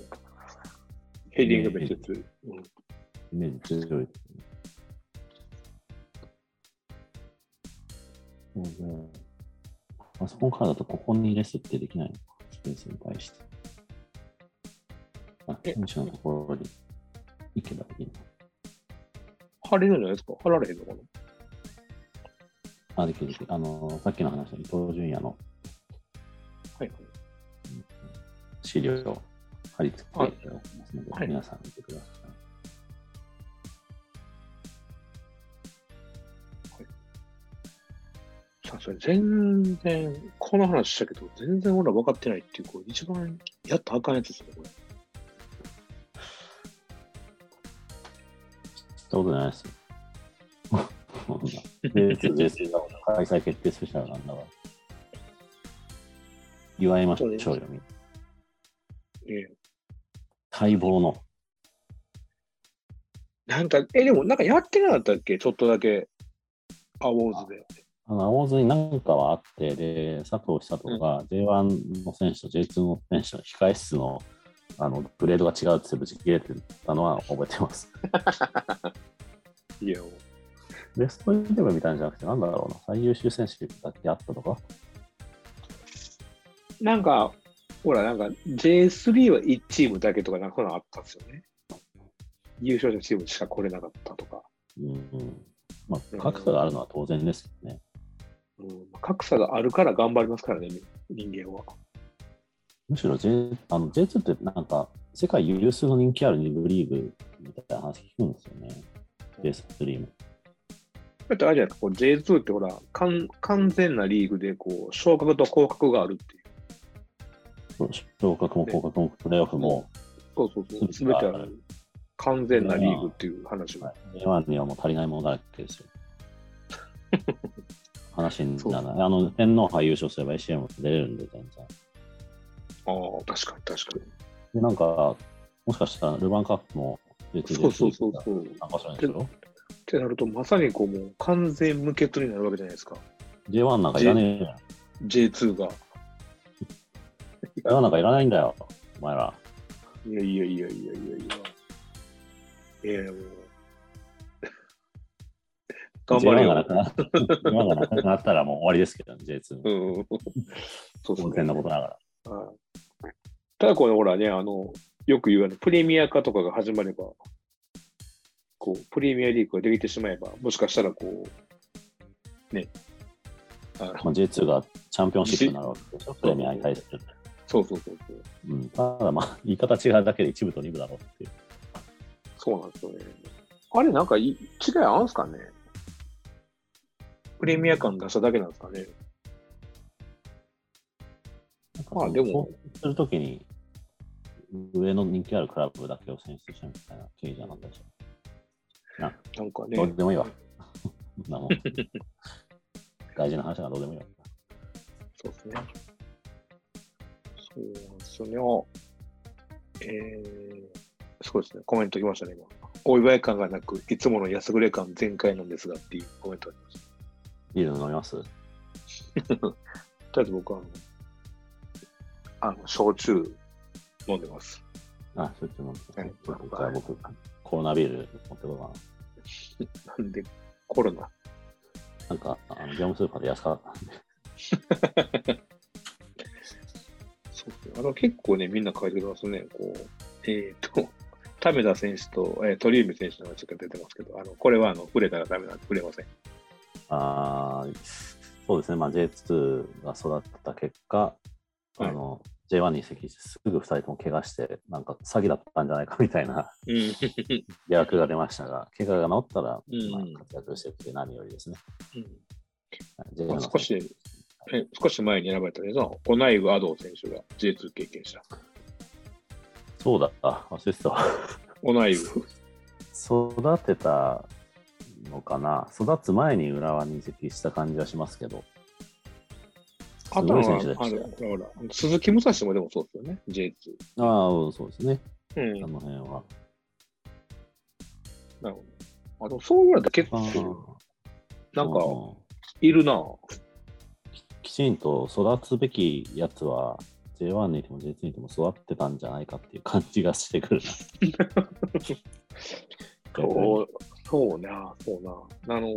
Speaker 1: ヘディング別説。うん。
Speaker 2: イメージ強い。そうね。パソコンからだとここにレスってできないのか、スペースに対して。あ、
Speaker 1: え
Speaker 2: 選手のところに行けばいいの。
Speaker 1: 貼れるんじゃないですか貼られへんのかな
Speaker 2: あ、できるできる。あの、さっきの話の伊藤純也の
Speaker 1: はいはい。
Speaker 2: 資料を貼り付けていただきますので、
Speaker 1: はい
Speaker 2: 皆さん見てください。
Speaker 1: さそれ全然、この話したけど、全然俺ら分かってないっていう、こう一番やったらあかんやつですね、これ。
Speaker 2: 知ったことないです よ。J2、J3 だもんな開催決定スペシャルなんだから。祝いましょうよ、
Speaker 1: そう
Speaker 2: みんな
Speaker 1: ええ
Speaker 2: 待望の。
Speaker 1: なんか、え、でもなんかやってなかったっけちょっとだけ、アウォーズで。
Speaker 2: あの、青津に何かはあって、で、佐藤久人が J1 の選手と J2 の選手の控え室のあのグレードが違うってぶち切れてたのは覚えてます。
Speaker 1: いや、
Speaker 2: ベストイレブンみたいなんじゃなくて、なんだろうな、最優秀選手だけあったとか、
Speaker 1: なんか、ほら、なんか J3 は1チームだけとか、なんかそういうのあったんですよね。優勝者チームしか来れなかったとか。
Speaker 2: うん、まあ、格差があるのは当然ですよね。
Speaker 1: うん、格差があるから頑張りますからね、人間は。
Speaker 2: むしろ J あの J2 ってなんか世界有数の人気ある2部リーグみたいな話聞くんですよね。J3 も。
Speaker 1: だってあれじゃないですか、こう J2 ってほら、完完全なリーグで、こう、昇格と降格があるっていう。
Speaker 2: そう昇格も降格もプレーオフも
Speaker 1: そうそうそう、すべてある。完全なリーグっていう話が。
Speaker 2: J1 にはもう足りないものだらけですよ。話にならない。あの天皇杯優勝すれば ACM も出れるんで全然。
Speaker 1: ああ、確かに確か
Speaker 2: でなんかもしかしたらルヴァンカップも
Speaker 1: に。そうそうそう
Speaker 2: J2
Speaker 1: そう。
Speaker 2: 参加するんでしょ
Speaker 1: ってなると、まさにこうもう完全無欠になるわけじゃないですか。
Speaker 2: J1 なんかいらねえよ。
Speaker 1: J2 が。
Speaker 2: J1 なんかいらないんだよ、お前ら。
Speaker 1: いやいやいやいやいやいや。いやもう。頑張れ
Speaker 2: J1 がな
Speaker 1: よ。
Speaker 2: くな J1 がなくなったらもう終わりですけどね、J2
Speaker 1: う。ん。そうそ
Speaker 2: 当
Speaker 1: う、
Speaker 2: 然のことながら。
Speaker 1: はいただこれほらね、あの、よく言うあの、プレミア化とかが始まれば、こう、プレミアリーグができてしまえば、もしかしたらこう、ね、あ
Speaker 2: まあ、J2 がチャンピオンシップになるわけでしょ、プレミアに対する。
Speaker 1: そうそうそうそう。
Speaker 2: うん、ただまあ、言い方違うだけで一部と二部だろうっていう。
Speaker 1: そうなんですよね。あれ、なんかい違いあるんすかねプレミア感出しただけなんですかね
Speaker 2: なんか
Speaker 1: まあでも、
Speaker 2: するときに、上の人気あるクラブだけを選出したみたいな経緯じゃなかったでしょ。
Speaker 1: なんか
Speaker 2: どう
Speaker 1: ね、
Speaker 2: でもいいわ。そんなもん大事な話はどうでもいいわ。
Speaker 1: そうですね。そうなんですよね。あえー、そうですね。コメント来ましたね、今。お祝い感がなく、いつもの安ぐれ感全開なんですがっていうコメントがありまし
Speaker 2: ビール飲みます
Speaker 1: た。とりあえず僕はあの、あの、焼酎飲んでます。
Speaker 2: あ、そっちも。
Speaker 1: はい
Speaker 2: じゃあ僕、コロナビール持ってこうか
Speaker 1: なんで、コロナ。
Speaker 2: な。なんか、あの業務スーパーで安かったんで。
Speaker 1: そうですね。あの、結構ね、みんな書いてくださいね。こう、えっ、と、タメダ選手と、えー、鳥海選手の話が出てますけど、あの、これは、あの、売れたらダメなんで、売れません。
Speaker 2: あーそうですね、まあ、J2 が育った結果、
Speaker 1: はい
Speaker 2: あの J1 に移籍してすぐ2人とも怪我して、なんか詐欺だったんじゃないかみたいな
Speaker 1: うん。
Speaker 2: 疑惑が出ましたが、怪我が治ったら、
Speaker 1: うん
Speaker 2: まあ、活躍してくれて何よりですね。
Speaker 1: うんま
Speaker 2: J1
Speaker 1: あ
Speaker 2: の
Speaker 1: 少し、ね少し前に選ばれたね、そのオナイグ・アドー選手が J2 経験した。
Speaker 2: そうだった、忘れてたわ。
Speaker 1: オナイグ、
Speaker 2: 育てたのかな、育つ前に浦和に移籍した感じはしますけど、
Speaker 1: あ
Speaker 2: す
Speaker 1: と
Speaker 2: ご
Speaker 1: はい
Speaker 2: 選手で
Speaker 1: あ
Speaker 2: し
Speaker 1: の
Speaker 2: たよ
Speaker 1: ほらほら鈴木武蔵もでもそうですよね、
Speaker 2: ああ、うんそうですね、
Speaker 1: J2。うん
Speaker 2: あ、の辺は。
Speaker 1: なるほど。あの、そういうのだ結構、
Speaker 2: あー
Speaker 1: なんか
Speaker 2: う、ん
Speaker 1: いるな。
Speaker 2: きちんと育つべきやつは J1 にいても J2 にいても育ってたんじゃないかっていう感じがしてくるな。
Speaker 1: そう、そうな、そうな。あの、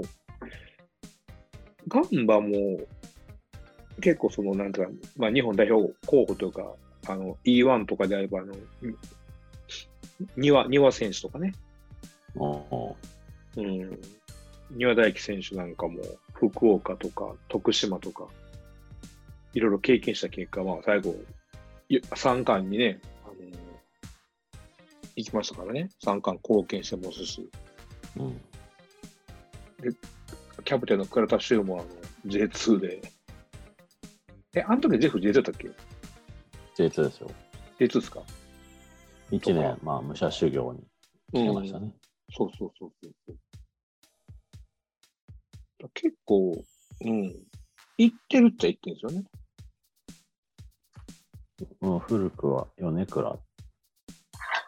Speaker 1: ガンバも、結構その、なんていうか、まあ、日本代表候補というか、あの、E1 とかであれば、あの、にわ、にわ選手とかね、
Speaker 2: お
Speaker 1: うん。丹羽大輝選手なんかも、福岡とか徳島とか、いろいろ経験した結果、まあ、最後、3冠にね、あの行きましたからね、3冠貢献してますし、
Speaker 2: ーうん、
Speaker 1: キャプテンの倉田修もあの J2 で、え、あの時ジェフ J2 だったっけ
Speaker 2: J2 ですよ。
Speaker 1: ?J2 ですか
Speaker 2: 1年、まあ、武者修行に来てましたね。
Speaker 1: そうそうそうそうそう。結構、うん、行ってるっちゃ行ってるんですよね。
Speaker 2: うん古くは米倉。ま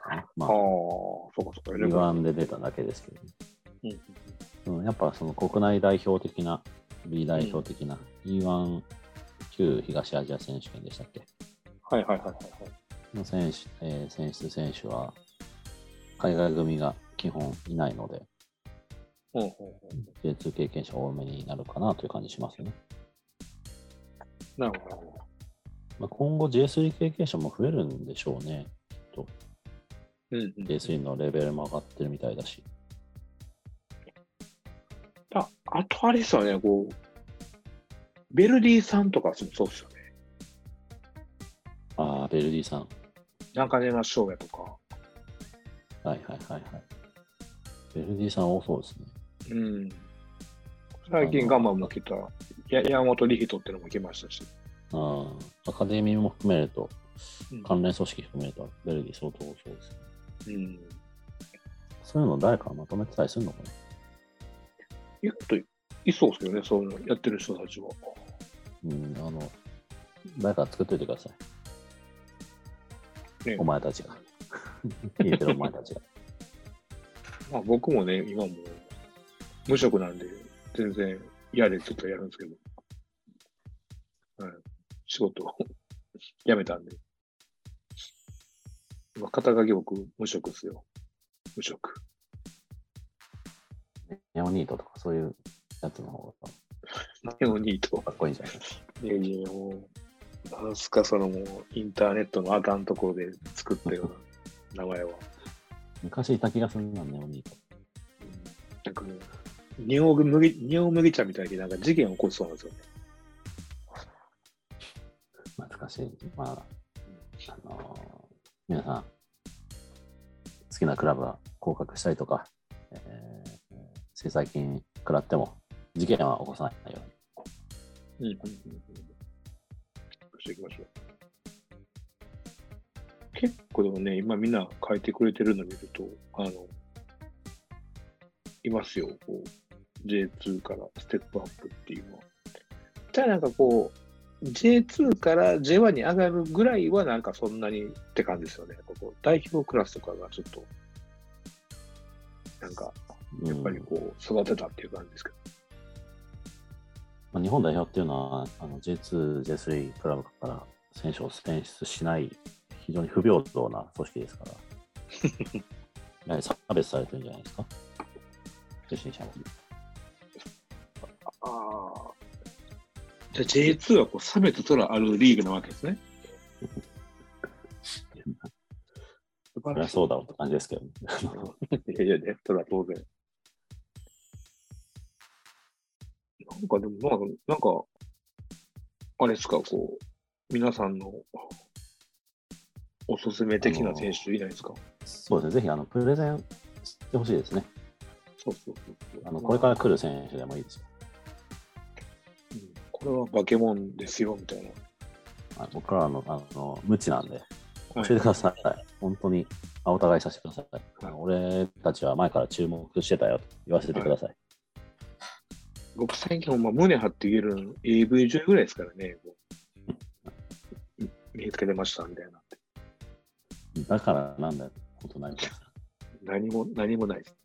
Speaker 1: ああ、
Speaker 2: あ、
Speaker 1: そうかそうか。
Speaker 2: 2ンで出ただけですけどね、
Speaker 1: うん
Speaker 2: うん、やっぱその国内代表的な、B 代表的な、E1 旧東アジア選手権でしたっけ
Speaker 1: はいはいはいはいはい。
Speaker 2: の選手、えー選出選手は、海外組が基本いないので、
Speaker 1: うんうんうん、
Speaker 2: J2 経験者多めになるかなという感じしますね。
Speaker 1: なるほどなるほど。
Speaker 2: まあ、今後 J3 経験者も増えるんでしょうね。
Speaker 1: うんうん、
Speaker 2: J3 のレベルも上がってるみたいだし。
Speaker 1: ああとあれですよね、こう、ベルディさんとかそうそうですよね。
Speaker 2: ああ、ベルディさん。
Speaker 1: 中島翔也とか。
Speaker 2: はいはいはいはい。ベルディさん多そうですね。
Speaker 1: うん。最近ガンマンも来た、や山本リヒトってのも来ましたし。
Speaker 2: ああ、アカデミーも含めると、
Speaker 1: うん。
Speaker 2: 関連組織含めると、ベルディ相当多そうですね。
Speaker 1: うん、
Speaker 2: そういうの誰かまとめてたりするのかな
Speaker 1: 意外といそうですけどね、そういうのやってる人たちは。
Speaker 2: うん、あの、誰か作っといてください。
Speaker 1: ね
Speaker 2: お前 たちが。聞いてるお前たちが。
Speaker 1: まあ僕もね、今もう無職なんで、全然やれって言ったらやるんですけど、はい、仕事を 辞めたんで。まあ、肩書き僕、無職ですよ。無職。
Speaker 2: ネオニートとかそういうやつの方
Speaker 1: ネオニート
Speaker 2: が。かっこいいんじゃないですか。
Speaker 1: いやいや、もう、なんすか、そのもう、インターネットのあかんところで作ったよう な名前は。
Speaker 2: 昔いた気がするな、ネオニート。
Speaker 1: なんかね、尿麦尿麦茶みたいになんか事件起こしそうなんですよね。
Speaker 2: 懐かしい。まあ、あのー皆さん、好きなクラブは降格したりとか、えー、制裁金食らっても、事件は起こさないように。
Speaker 1: うん。うんしていきましょう。結構でもね、今みんな書いてくれてるの見ると、あの、いますよ、こう、J2 からステップアップっていうのは。ただなんかこう、J2 から J1 に上がるぐらいはなんかそんなにって感じですよね。ここ代表クラスとかがちょっと、なんか、やっぱり
Speaker 2: うん
Speaker 1: こう、育てたっていう感じですけど。
Speaker 2: まあ、日本代表っていうのは、あの J2、J3 クラブから選手を選出しない、非常に不平等な組織ですから、やはり差別されてるんじゃないですか、初心者も。
Speaker 1: ああ。じゃあ J2 はこう差別とらあるリーグなわけですね。素
Speaker 2: そ
Speaker 1: 晴
Speaker 2: りゃ
Speaker 1: らしい
Speaker 2: そうだろうって感じですけど、ね、
Speaker 1: いやいや、ネットだ、当然。なんかでも、なんか、なんか、あれですか、こう、皆さんのおすすめ的な選手いないですか
Speaker 2: そうですね、ぜひあのプレゼンしてほしいですね。
Speaker 1: そうそうそうそう。
Speaker 2: あのこれから来る選手でもいいですよ。
Speaker 1: うんこれはバケモンですよ、みたいな。
Speaker 2: あの僕らはあのあの無知なんで、
Speaker 1: は
Speaker 2: 教えてください。本当に、あお互いさせてください。あの俺たちは前から注目してたよと言わせてください。
Speaker 1: 僕最近ほんま胸張って言えるの AV 女優ぐらいですからね、もう見つけてましたみたいなって。
Speaker 2: だからなんだよ、ことないです。
Speaker 1: 何も、何もないです。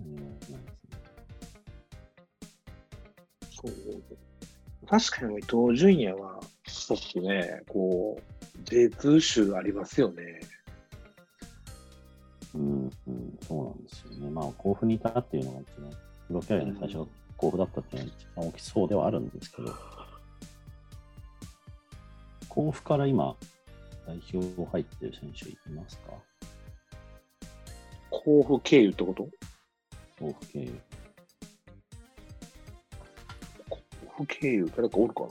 Speaker 2: うんないですね
Speaker 1: そう。確かに伊藤純也は、ちょっとね、こう、J2 集ありますよね。
Speaker 2: うん、うん、そうなんですよね。まあ、甲府にいたっていうのが一番、プロキャリアの最初、甲府だったっていうのが一番大きそうではあるんですけど、甲府から今、代表入ってる選手いますか
Speaker 1: 甲府経由ってこと
Speaker 2: 甲府経由。
Speaker 1: 甲府経由誰かおるかな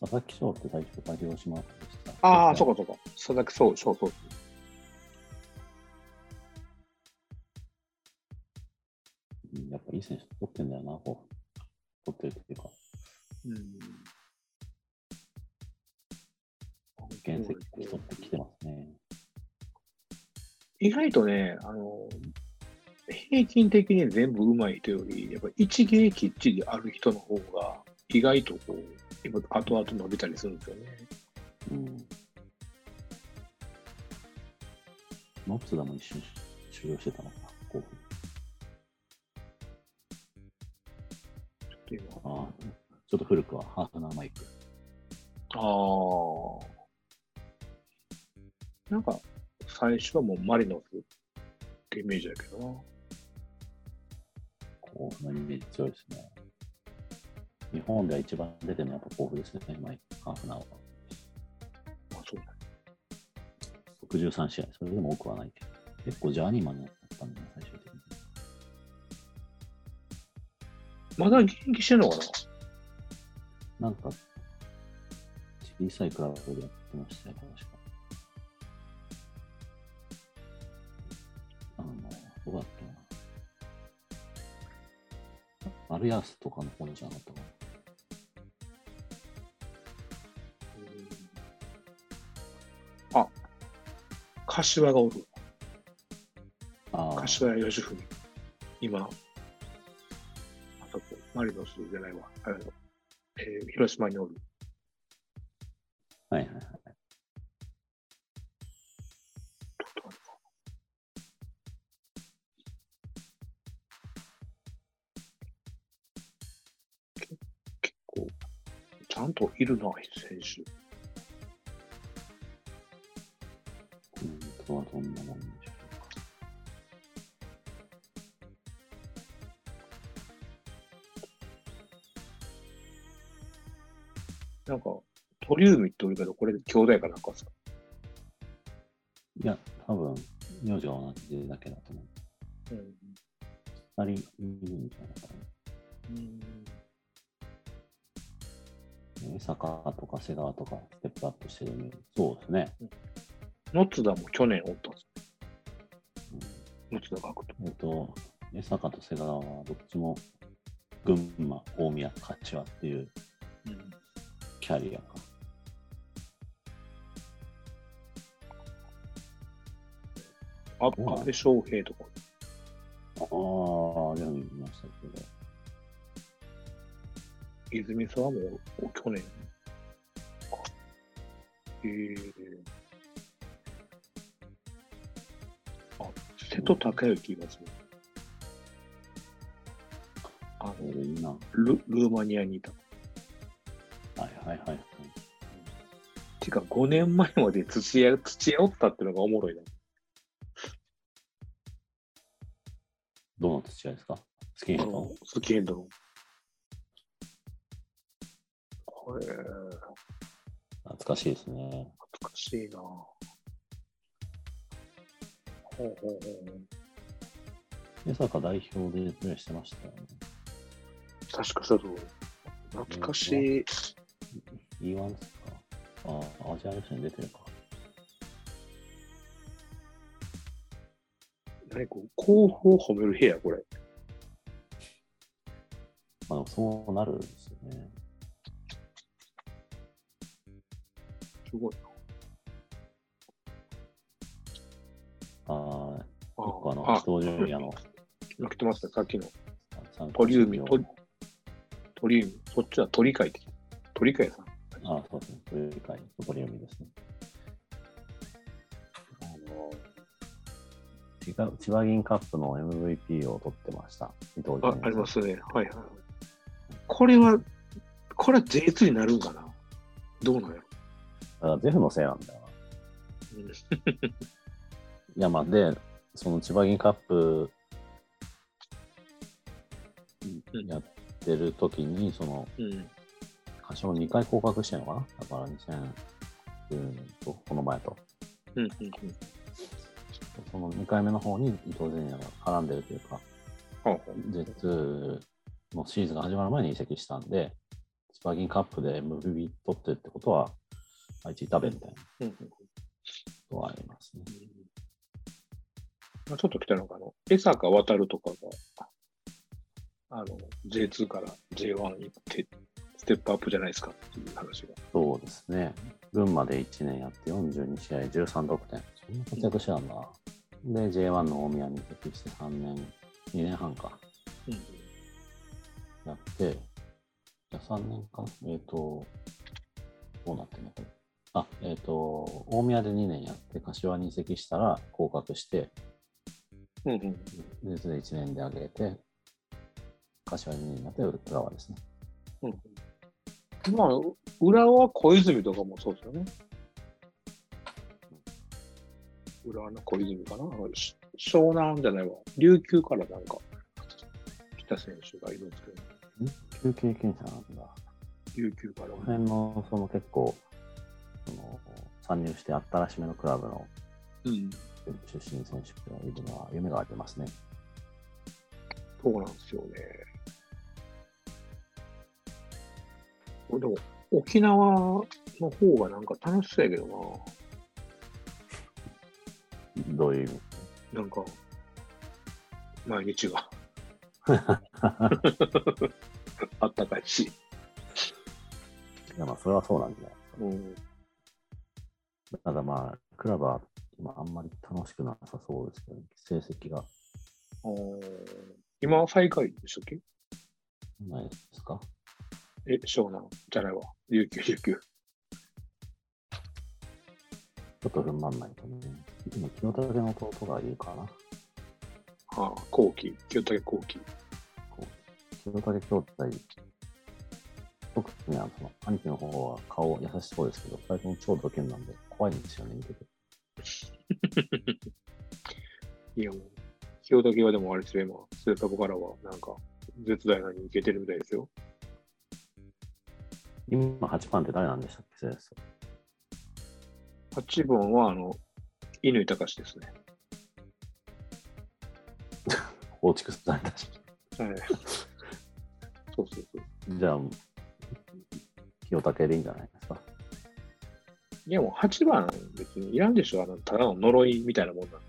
Speaker 2: 佐々木翔って最初から広島でした。
Speaker 1: ああ、そうかそうか。佐々木そう、そうそう。
Speaker 2: うんやっぱいい選手取ってんだよな、こう。取ってるっていうか、
Speaker 1: うん。
Speaker 2: 原石取ってきてますね。
Speaker 1: 意外とね、あの、平均的に全部うまい人より、やっぱ一芸きっちりある人の方が、意外とこう、やっぱ後々伸びたりするんですよね。
Speaker 2: うん。ノッツダも一瞬終了してたのかな、甲府。
Speaker 1: ちょっと今
Speaker 2: ああちょっと古くはハーフナーマイク。
Speaker 1: ああ。なんか、最初はもうマリノスってイメージだけどな。
Speaker 2: 甲府のイメージ強いですね。日本では一番出てるのはやっぱ甲府ですね、マイハーフナーは。
Speaker 1: あそうだ
Speaker 2: 63試合、それでも多くはないけど。結構ジャーニーマンだったんだな、最終的に。
Speaker 1: まだ現役してんのかな
Speaker 2: なんか、小さいクラブでやってましたよ、確か。あの、どこだっけな。マルヤスとかの方じゃなかったかな。
Speaker 1: あ、柏がおる。
Speaker 2: ああ、
Speaker 1: 柏谷義文。今、あそこ、マリノスじゃないわ。あの、えー広島におる。
Speaker 2: はいはいはい。
Speaker 1: ちょっと待ってちゃんといるな、選手。
Speaker 2: コメントはどんなもんでしょうか。
Speaker 1: なんか、鳥海っておるけど、これ兄弟かなんかですか
Speaker 2: いや、多分、名字は同じだけだと思う。二人いるんじゃないか
Speaker 1: うん。
Speaker 2: な。江坂とか瀬川とかステップアップしてるね。そうですね。
Speaker 1: ノツダも去年おったんです
Speaker 2: うん
Speaker 1: よ。ノツダ学徒。
Speaker 2: えっと、江坂と瀬川はどっちも群馬、大宮、柏っていう
Speaker 1: うん。
Speaker 2: キャリアか。
Speaker 1: あ、安倍翔平とか。
Speaker 2: ああ、でも見ましたけど。
Speaker 1: 泉沢も去年か。えー、あ、瀬戸孝之いますね。あ
Speaker 2: こ
Speaker 1: の、
Speaker 2: れいいな。は
Speaker 1: ルルーマニアにいた。
Speaker 2: いはいはいはい。
Speaker 1: てか、5年前まで土屋、土屋おったってのがおもろいな。
Speaker 2: どの土屋ですかスキンヘッ
Speaker 1: あの
Speaker 2: ド
Speaker 1: スキンヘッドの。これ、
Speaker 2: 懐かしいですね。
Speaker 1: 懐かしいなぁほうほうほう。
Speaker 2: 江坂代表でプレーしてましたよね。
Speaker 1: 確かそうだと思う。懐かしい。
Speaker 2: E1 ですかああ、アジア予選出てるか。
Speaker 1: 何こう、後方を褒める部屋、これ。
Speaker 2: まあ、そうなるんですよね。
Speaker 1: すごい
Speaker 2: ああ、
Speaker 1: な。
Speaker 2: 一個あの、
Speaker 1: あ
Speaker 2: 伊、藤純也の
Speaker 1: 来てますね、さっきの。
Speaker 2: 参加
Speaker 1: 鳥
Speaker 2: 資
Speaker 1: 海
Speaker 2: 料、
Speaker 1: 鳥鳥海。そっちは鳥海って。鳥海さん。
Speaker 2: ああ、そうですね。という回、残り読みですね。あの、千葉千葉銀カップの MVP を取ってました。伊藤
Speaker 1: あ
Speaker 2: 純、也
Speaker 1: ありますね。はいはい。これは、これは J2 になるんかなどうなんやろ
Speaker 2: あゼフのせいなんだよな。
Speaker 1: うん
Speaker 2: いや、まあ、で、その千葉銀カップ
Speaker 1: うん
Speaker 2: やってる時に、その、
Speaker 1: うん。
Speaker 2: 歌唱2回降格してるのかなだから2010年と、この前と。
Speaker 1: うん。うん。
Speaker 2: その2回目の方に伊藤純也が絡んでるというか、
Speaker 1: うんは
Speaker 2: Z2 のシーズンが始まる前に移籍したんで、スパーギンカップで MVP 取ってるってことは、あいついたべみたいなこ
Speaker 1: あ。うん。うん
Speaker 2: とはありますね。
Speaker 1: まあ、ちょっと来たのかな。江坂渡るとかが、あの、J2 から J1 行って、ステップアップじゃないですかっていう話が。
Speaker 2: そうですね。群馬で1年やって42試合13得点。そんな活躍してたんだ。で、J1 の大宮に移籍して3年、2年半か、
Speaker 1: うん。
Speaker 2: やって、じゃあ3年かえっ、と、どうなってんのこれ。あ、えっ、と、大宮で2年やって、柏に移籍したら降格して、
Speaker 1: うんうん。
Speaker 2: ルーズで1年で上げて、柏になって浦和ですね。
Speaker 1: うん、まあ、浦和小泉とかもそうですよね。浦和の小泉かなし湘南じゃないわ。琉球からなんか来た選手がいるんですけど、
Speaker 2: 旧経験者なんだ。
Speaker 1: 琉球から
Speaker 2: この。辺の、その結構、その参入して新しめのクラブの
Speaker 1: うん。
Speaker 2: 出身選手がいるのは夢がありますね。
Speaker 1: そうなんですよね。でも、沖縄の方がなんか楽しそうやけど
Speaker 2: どういう意味
Speaker 1: な。なんか、毎日があったかいし。
Speaker 2: いやまあ、それはそうなんじゃないです
Speaker 1: うん
Speaker 2: か。ただまあ、クラブは今あんまり楽しくなさそうですけど、成績が
Speaker 1: おー今は最下位でしたっけ
Speaker 2: ないですか。
Speaker 1: え、湘南じゃないわ。琉球、琉球。
Speaker 2: ちょっと踏ん張んないとね。今、清武の弟がいるかな。
Speaker 1: ああ、後期、清武後期。
Speaker 2: 清武兄弟特にあの兄貴の方は顔優しそうですけど、二人とも超ド剣なんで怖いんですよね、見てて。
Speaker 1: いやもう、清武はでもあれですよ、今、スーパーからは、なんか、絶大なにいけてるみたいですよ。
Speaker 2: 今8番って誰なんでしたっけ、先生
Speaker 1: 8番は、あの、乾隆ですね。
Speaker 2: 放逐されたし。
Speaker 1: はい。そうそうそう。
Speaker 2: じゃあ、清武でいいんじゃないですか。
Speaker 1: いやもう8番、別にいらんでしょ、あの、ただの呪いみたいなもんなんで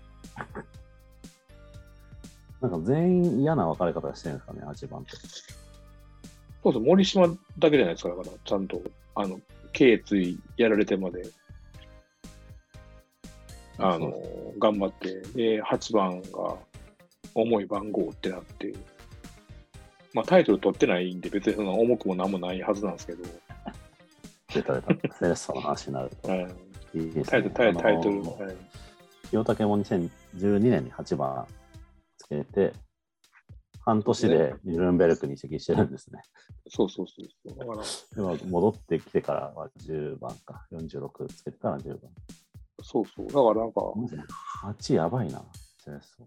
Speaker 2: なんか全員嫌な別れ方してるんですかね、8番って。
Speaker 1: そうそう、森島だけじゃないですか、だから、ちゃんと、あの、頸椎やられてまで、あの、頑張って、で、8番が、重い番号ってなって、まあ、タイトル取ってないんで、別にそんな重くもなんもないはずなんですけど、
Speaker 2: 出た出た、セレッソの話になると。
Speaker 1: うん
Speaker 2: いいです
Speaker 1: タイト
Speaker 2: ね
Speaker 1: ル、タイタイト
Speaker 2: あ
Speaker 1: ル、
Speaker 2: の
Speaker 1: はい
Speaker 2: 清武も2012年に8番つけて、半年でニュルンベルクに移籍してるんですね。
Speaker 1: そうそうそうそう。だから、
Speaker 2: でも戻ってきてからは10番か、46つけてから10番。
Speaker 1: そうそう。だからなんか、
Speaker 2: 8やばいな、セレッソ。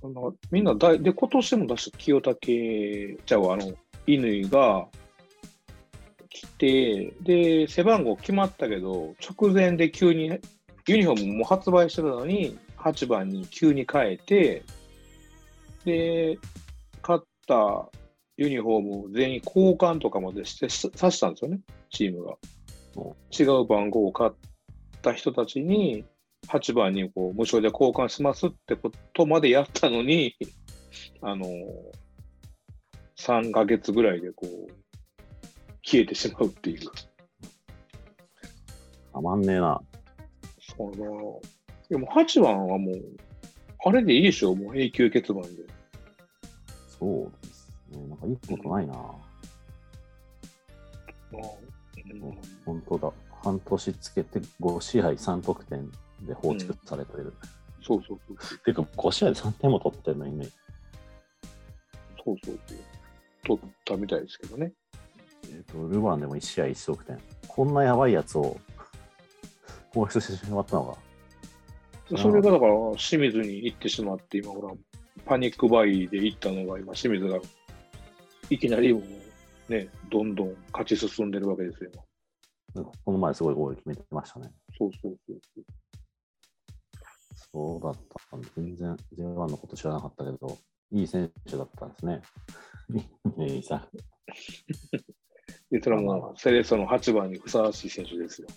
Speaker 1: そんなみんなだい、で、今年も出した清武、じゃあ、あの、乾が来て、で、背番号決まったけど、直前で急に、ユニフォームも発売してたのに、8番に急に変えて、で、勝ったユニフォームを全員交換とかまでして、しさしたんですよね、チームが
Speaker 2: お。
Speaker 1: 違う番号を買った人たちに、8番にこう無償で交換しますってことまでやったのに、あの3ヶ月ぐらいでこう消えてしまうっていう、
Speaker 2: たまんねえな。
Speaker 1: そのでも8番はもう、あれでいいでしょ、もう永久欠番で。
Speaker 2: そうですね。なんかいいことないな。
Speaker 1: うん
Speaker 2: 本当だ。半年つけて5試合3得点で放置されてる。
Speaker 1: そうそうそうそう
Speaker 2: てか5試合で3点も取ってるのにね。
Speaker 1: そうそうそう、取ったみたいですけどね。
Speaker 2: えっとルヴァンでも1試合1得点。こんなやばいやつを放出してしまったのが。うん
Speaker 1: それがだから清水に行ってしまって、今ほら、パニックバイで行ったのが、今、清水がいきなりもうね、どんどん勝ち進んでるわけですよ、今。
Speaker 2: なんかこの前すごいゴール決めてましたね。
Speaker 1: そうそうそうそう。
Speaker 2: そうだったんだ。全然 J1 のこと知らなかったけど、いい選手だったんですね。 いいさ
Speaker 1: で、それはもうセレッソの8番にふさわしい選手ですよ。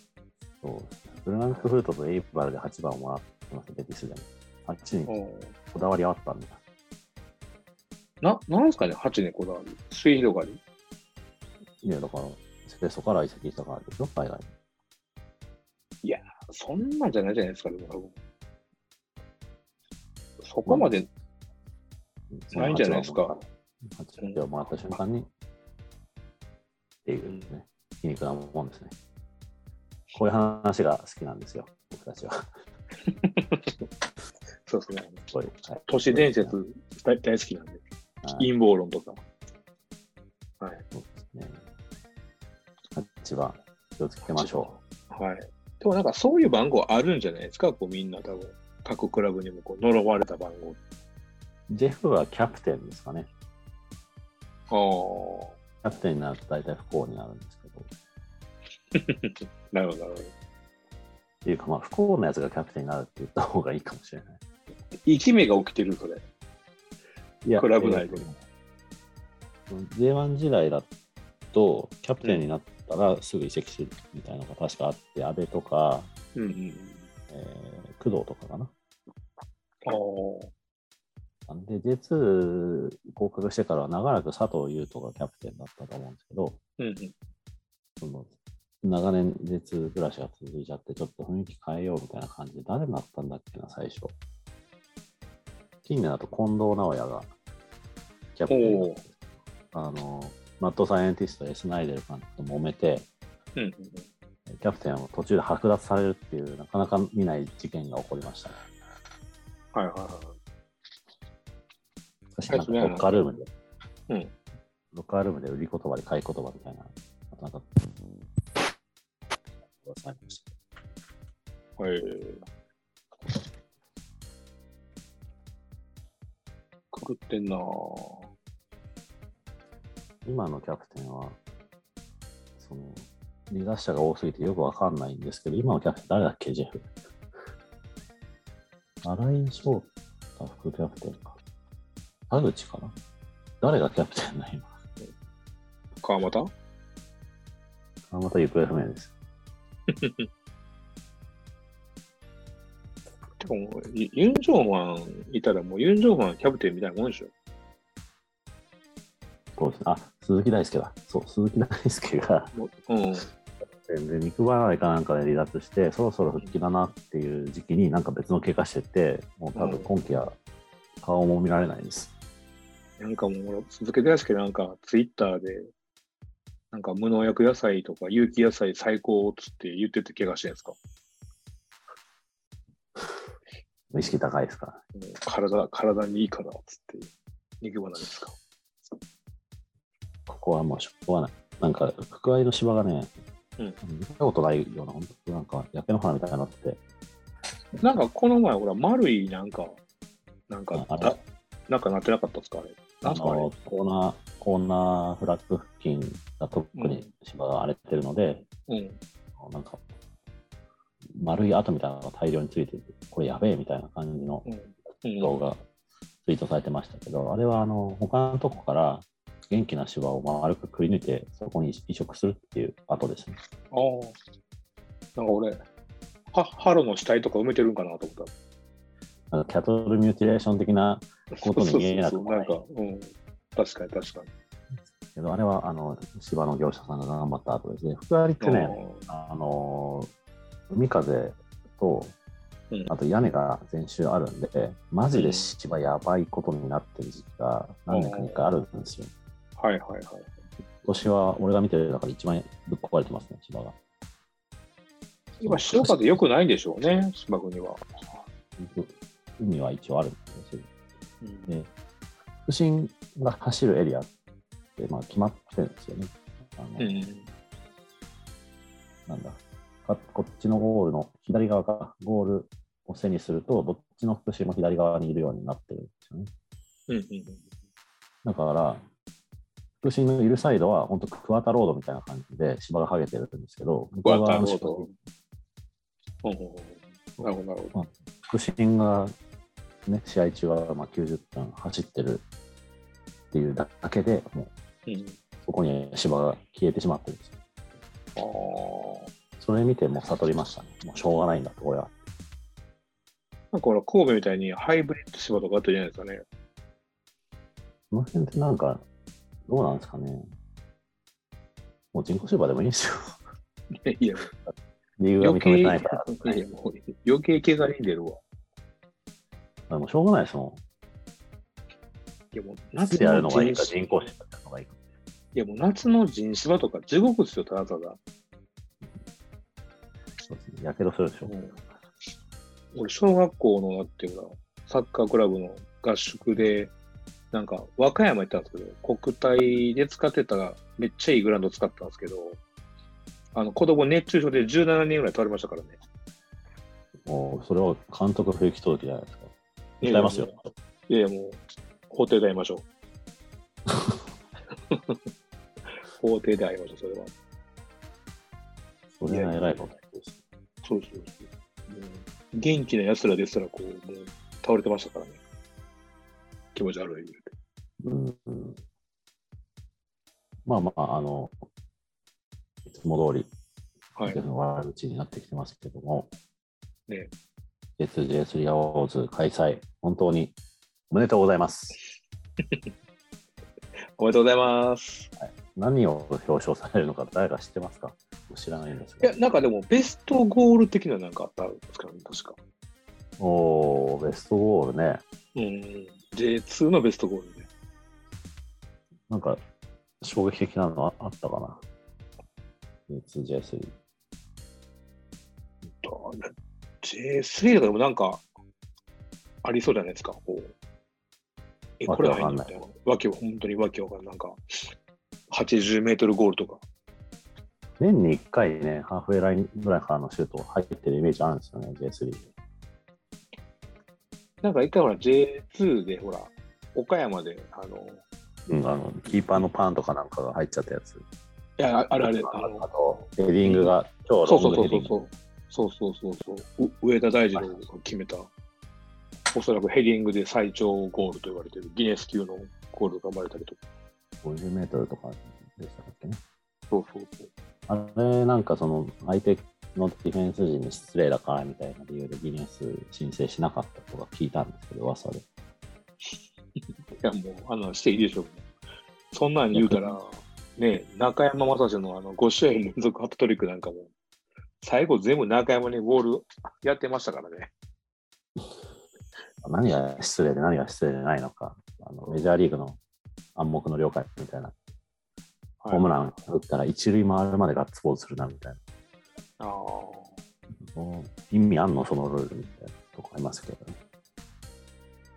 Speaker 2: そうですね。フルナンクフルトとエイプバルで8番をもらってます、ベティスでも。あっちに
Speaker 1: うん
Speaker 2: こだわりあったんだ。
Speaker 1: な、なんすかね、8にこだわり。末広がり。
Speaker 2: いや、だから、セレソから移籍したからでしょ、海外に。
Speaker 1: そんなんじゃないじゃないですか、でも多分。そこまで、ないんじゃないですか。
Speaker 2: 8秒もらった瞬間に、っていうね、皮肉なもんですね。こういう話が好きなんですよ、僕たちは。
Speaker 1: そうですね。
Speaker 2: こういうはい
Speaker 1: 都市伝説大大好きなんで、
Speaker 2: はい
Speaker 1: 陰謀論とか。
Speaker 2: そうですね。8番、気をつけましょ
Speaker 1: はい。でもなんかそういう番号あるんじゃないですか、こうみんな多分。各クラブにもこう呪われた番
Speaker 2: う。ジェフはキャプテンですかね。
Speaker 1: 号。
Speaker 2: キャプテンになると大体不幸になるんですけど。っ
Speaker 1: ああ、なるほど、なるほど。
Speaker 2: ていうか、まあ、不幸なやつがキャプテンになるって言った方がいいかもしれない。
Speaker 1: 生き目が起きてる、それ。
Speaker 2: いや
Speaker 1: クラブ内で
Speaker 2: えー J1 時代だと、キャプテンになったらすぐ移籍するみたいなのが確かあって、阿部とか、
Speaker 1: うんうん。
Speaker 2: えー工藤とかかな。
Speaker 1: ああ、
Speaker 2: なんで、J2 合格してからは長らく佐藤優斗がキャプテンだったと思うんですけど、
Speaker 1: うんうん。
Speaker 2: その長年 J2 暮らしが続いちゃって、ちょっと雰囲気変えようみたいな感じで、誰になったんだっけな、最初。近年だと近藤直也がキャプテンになってあの、マットサイエンティスト、エスナイデル監督と揉めて、
Speaker 1: うんうん
Speaker 2: キャプテンを途中で剥奪されるっていう、なかなか見ない事件が起こりましたね。
Speaker 1: はいはいは
Speaker 2: 確かになんか
Speaker 1: はい
Speaker 2: ロッカールームで、
Speaker 1: うん
Speaker 2: ロッカールームで売り言葉で買い言葉みたいななかなか
Speaker 3: されました。
Speaker 1: はい。狂ってんなぁ。
Speaker 2: 今のキャプテンは、その、離脱者が多すぎてよくわかんないんですけど、今のキャプテン誰だっけ、ジェフ。新井翔太副キャプテンか。田口かな誰がキャプテンだ、今。
Speaker 1: 川又
Speaker 2: あまた行方不明です。
Speaker 1: でももう、ユユン・ジョンファンいたら、もうユン・ジョンファンキャプテンみたいなもんでしょ。
Speaker 2: そうですね。あ、鈴木大輔だ。そう、鈴木大輔が、
Speaker 1: もううん。
Speaker 2: で肉離れかなんかで離脱して、そろそろ復帰だなっていう時期に、なんか別の怪我してて、もう多分今季は顔も見られないです。
Speaker 1: なんかもう、鈴木大輔なんか、ツイッターで、なんか無農薬野菜とか有機野菜最高っつって言ってて怪我してんですか。
Speaker 2: 意識高いですから。
Speaker 1: もう体、体にいいからっつって、肉離れですか。
Speaker 2: ここはもうしょうがない。なんか、福合の芝がね、
Speaker 1: うん
Speaker 2: 見たことないような、本当なんか、焼け野原みたいになってて、
Speaker 1: なんか、この前、ほら、丸いなんか、なんか
Speaker 2: ああ
Speaker 1: だ
Speaker 2: の、
Speaker 1: なんかなってなかったですかあれ。な
Speaker 2: あ
Speaker 1: んすかあれ
Speaker 2: の。コーナー、コーナーフラッグ付近が特に芝が荒れてるので、
Speaker 1: うん。
Speaker 2: なんか、丸い跡みたいなのが大量についてる、これやべえみたいな感じの
Speaker 1: うん。うん。
Speaker 2: 動画、ツイートされてましたけど、あれは、あの、他のとこから、元気な芝を丸くくり抜いて、そこに移植するっていう跡ですね。
Speaker 1: ああ。なんか俺、はハロの死体とか埋めてるんかなと思っ
Speaker 2: なんかキャトルミューティレーション的な
Speaker 1: た。
Speaker 2: ことに見えなく
Speaker 1: そうそうそう
Speaker 2: もな
Speaker 1: ないんか、うん。確かに確かに。
Speaker 2: けど、あれはあの芝の業者さんが頑張った後ですね。福割ってね、あの海風と、
Speaker 1: うん
Speaker 2: あと屋根が全周あるんで、マジで芝やばいことになってる時期が何年かに一回あるんですよ。
Speaker 1: はいはいはい。
Speaker 2: 今年は俺が見てる中で一番ぶっ壊れてますね、芝が。
Speaker 1: 今、潮風良くないんでしょうね、島国は。
Speaker 2: 海は一応あるんですよ。
Speaker 1: うん
Speaker 2: で、腹心が走るエリアって、まあ、決まってるんですよね。あの
Speaker 1: うん。
Speaker 2: なんだか、こっちのゴールの左側か、ゴールを背にすると、どっちの福祉も左側にいるようになってるんですよね。
Speaker 1: うんうん
Speaker 2: だから、福祉のいるサイドは、本当クワタロードみたいな感じで芝が剥げてるんですけど、向
Speaker 1: う
Speaker 2: こ
Speaker 1: わ
Speaker 2: う
Speaker 1: な
Speaker 2: 側
Speaker 1: る
Speaker 2: の
Speaker 1: ほ
Speaker 2: 芝
Speaker 1: ど。うんうんうんなるほど、なるほど。
Speaker 2: 福祉が、ね、試合中はまあ90分走ってるっていうだけで、もう
Speaker 1: うん
Speaker 2: そこに芝が消えてしまってるんですよ。
Speaker 1: ああ。
Speaker 2: それ見てもう悟りましたね。もうしょうがないんだと、これは。
Speaker 1: なんかほら、神戸みたいにハイブリッド芝とかあったじゃないですかね。
Speaker 2: この辺ってなんか、どうなんですかね。もう人工芝でもいいんですよ。
Speaker 1: いや、
Speaker 2: 理由
Speaker 1: 余
Speaker 2: が認め
Speaker 1: 計、
Speaker 2: て
Speaker 1: い
Speaker 2: ないから。
Speaker 1: やもう余計怪我に出るわ。
Speaker 2: でもしょうがないですも。
Speaker 1: いや、もうん
Speaker 2: 夏やるのがいいか
Speaker 1: 人
Speaker 2: 人工芝やるのがいいか。
Speaker 1: いやもう夏の人芝とか地獄ですよ、ただただ。
Speaker 2: そうですね。やけどするでしょ。
Speaker 1: 俺、小学校の、だってほら、サッカークラブの合宿で、なんか、和歌山行ったんですけど、国体で使ってた、めっちゃいいグラウンド使ったんですけど、あの、子供熱中症で17人ぐらい倒れましたからね。
Speaker 2: もうそれを監督不行き届きじゃないですか。訴えますよ。
Speaker 1: いやいや、もう、法廷で会いまし ょう。法廷で会いましょう、それは。
Speaker 2: それが偉いことです。
Speaker 1: そうそうそう。うん、元気な奴らですら、こう、もう、倒れてましたからね。気持ち悪い。
Speaker 2: うん。まあまあ、あの、いつも通り、
Speaker 1: はい。
Speaker 2: 悪口になってきてますけども、
Speaker 1: ね
Speaker 2: SJ3 アワーズ開催、本当におめでとうございます。
Speaker 1: おめでとうございます。
Speaker 2: 何を表彰されるのか誰か知ってますか知らないんです
Speaker 1: い
Speaker 2: が
Speaker 1: や、。なんかでも、ベストゴール的ななんかあったんですかね、確か。
Speaker 2: おー、ベストゴールね。
Speaker 1: うん。J2 のベストゴールね。
Speaker 2: なんか、衝撃的なのああったかな ?2J3。
Speaker 1: と J3 とかでもなんか、ありそうじゃないですか、こう。え、これ
Speaker 2: わけわかん
Speaker 1: 何みたいな。わけ、本当にわけわかんない。なんか、80メートルゴールとか。
Speaker 2: 年に1回ね、ハーフウェイラインぐらいからのシュート入ってるイメージあるんですよね、J3 で。
Speaker 1: なんか一回ほら J2 でほら、岡山で、あの、
Speaker 2: うん、あの、キーパーのパンとかなんかが入っちゃったやつ。
Speaker 1: いや、ああれあれ、
Speaker 2: あ
Speaker 1: あの、
Speaker 2: と、ヘディングが、超
Speaker 1: そ
Speaker 2: ロ
Speaker 1: うそ
Speaker 2: ン
Speaker 1: うそ
Speaker 2: グヘ
Speaker 1: う
Speaker 2: デ
Speaker 1: そ
Speaker 2: ィン
Speaker 1: う
Speaker 2: グ。
Speaker 1: そう。そうそうそうそうう上田大二郎が決めた、おそらくヘディングで最長ゴールと言われてる、ギネス級のゴールが生まれたりとか。
Speaker 2: 50メートルとかでしたっけね。
Speaker 1: そうそうそう。
Speaker 2: あれ、なんかその、相手のディフェンス陣に失礼だからみたいな理由でギネス申請しなかったとか聞いたんですけど、噂で。
Speaker 1: いや、もう、あの、していいでしょう。そんなん言うたら、ね、中山雅史のあの5試合連続ハットトリックなんかも、最後全部中山にボールやってましたからね。
Speaker 2: 何が失礼で何が失礼でないのか、あのメジャーリーグの暗黙の了解みたいな、ホームラン打ったら一塁回るまでガッツポーズするなみたいな、
Speaker 1: ああ。
Speaker 2: 意味あんの、そのルールみたいなとこありますけどね。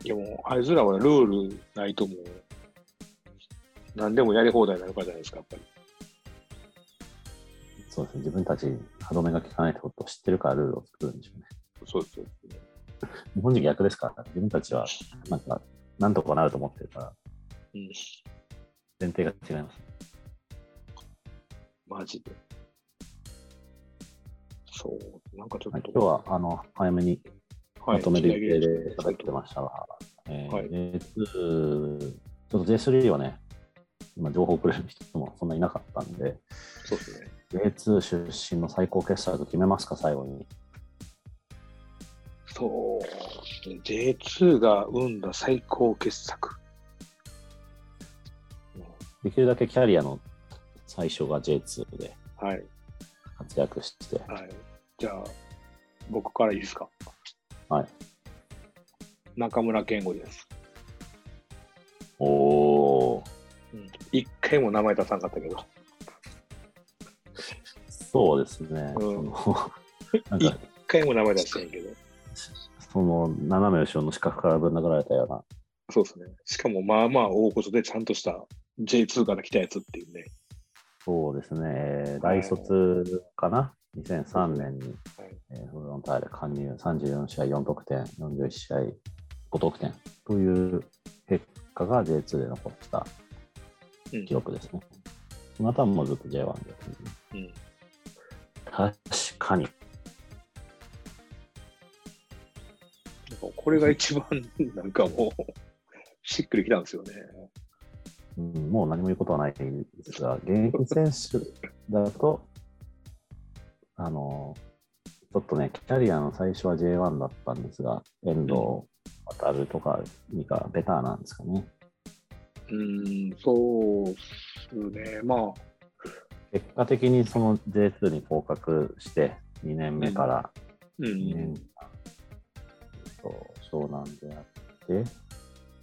Speaker 1: いや、もう、あいつらはルールないともう、何でもやり放題になるからじゃないですか、やっぱり。
Speaker 2: そうですね、自分たちに歯止めが効かないってことを知ってるからルールを作るんでしょうね。
Speaker 1: そうですよね。
Speaker 2: 日本人逆ですから、自分たちはなんか、なんとかなると思ってるから、
Speaker 1: うん、
Speaker 2: 前提が違います。
Speaker 1: マジで。そう、なんかちょ
Speaker 2: は
Speaker 1: っ
Speaker 2: い
Speaker 1: と。
Speaker 2: 今日はあの早めに
Speaker 1: は
Speaker 2: まとめて
Speaker 1: 引き上
Speaker 2: い
Speaker 1: げ
Speaker 2: でいただきましたが、えー
Speaker 1: はい
Speaker 2: J2、ちょっと J3 はね、今情報くれる人もそんないなかったんで、
Speaker 1: そうですね。
Speaker 2: J2 出身の最高傑作決めますか、最後に。
Speaker 1: そう、J2 が生んだ最高傑作。
Speaker 2: できるだけキャリアの最初が J2 で
Speaker 1: はい、
Speaker 2: 活躍して、
Speaker 1: はい。じゃあ、僕からいいですか。
Speaker 2: はい。
Speaker 1: 中村健吾です。
Speaker 2: おー、
Speaker 1: うん一、回も名前出さなかったけど、
Speaker 2: そうですね、
Speaker 1: うん
Speaker 2: その なんか
Speaker 1: 一回も名前出してないけど、
Speaker 2: その斜め後ろの四角からぶん殴られたような、
Speaker 1: そうですね。しかも、まあまあ大御所でちゃんとした J2 から来たやつっていうね。
Speaker 2: そうですね、えー
Speaker 1: はい
Speaker 2: 大卒かな、2003年に、
Speaker 1: はい
Speaker 2: えーフロンターレ加入、34試合4得点、41試合5得点という結果が J2 で残った
Speaker 1: うん
Speaker 2: 記録ですね。その後はもうずっと J1 で。
Speaker 1: うん
Speaker 2: 確かに、
Speaker 1: なんかこれが一番なんかもうしっくりきたんですよね。
Speaker 2: うん、もう何も言うことはないですが、現役選手だと、あのちょっとね、キャリアの最初は J1 だったんですが、遠藤航とかがベターなんですかね。
Speaker 1: うーん、そうですね。まあ、
Speaker 2: 結果的にその J2 に降格して、2年目から
Speaker 1: う
Speaker 2: 2
Speaker 1: ん
Speaker 2: 年、間、そう湘南でやって、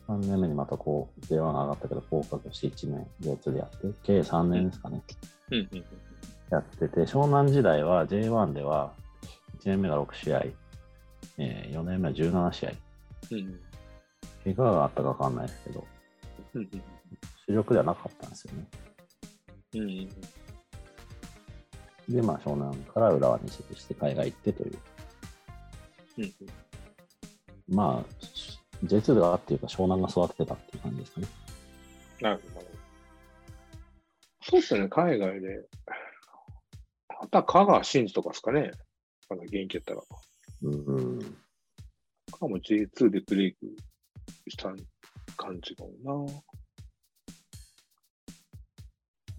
Speaker 2: 3年目にまたこう J1 上がったけど降格して1年 J2 でやって、計3年ですかね、
Speaker 1: うん、うん。
Speaker 2: やってて、湘南時代は J1 では1年目が6試合、え4年目は17試合、
Speaker 1: うん、
Speaker 2: 怪我があったかわかんないですけど、
Speaker 1: うん、
Speaker 2: 主力ではなかったんですよね。
Speaker 1: うん。
Speaker 2: で、まあ湘南から浦和に移籍して海外行ってという。
Speaker 1: うん
Speaker 2: まあ、J2 がっていうか、湘南が育ててたっていう感じですかね。
Speaker 1: なるほどなるほど。そうっすよね、海外で。あとは香川真司とかですかね。まだ元気やったら。
Speaker 2: うん。
Speaker 1: 香川も J2 でブレイクした感じかも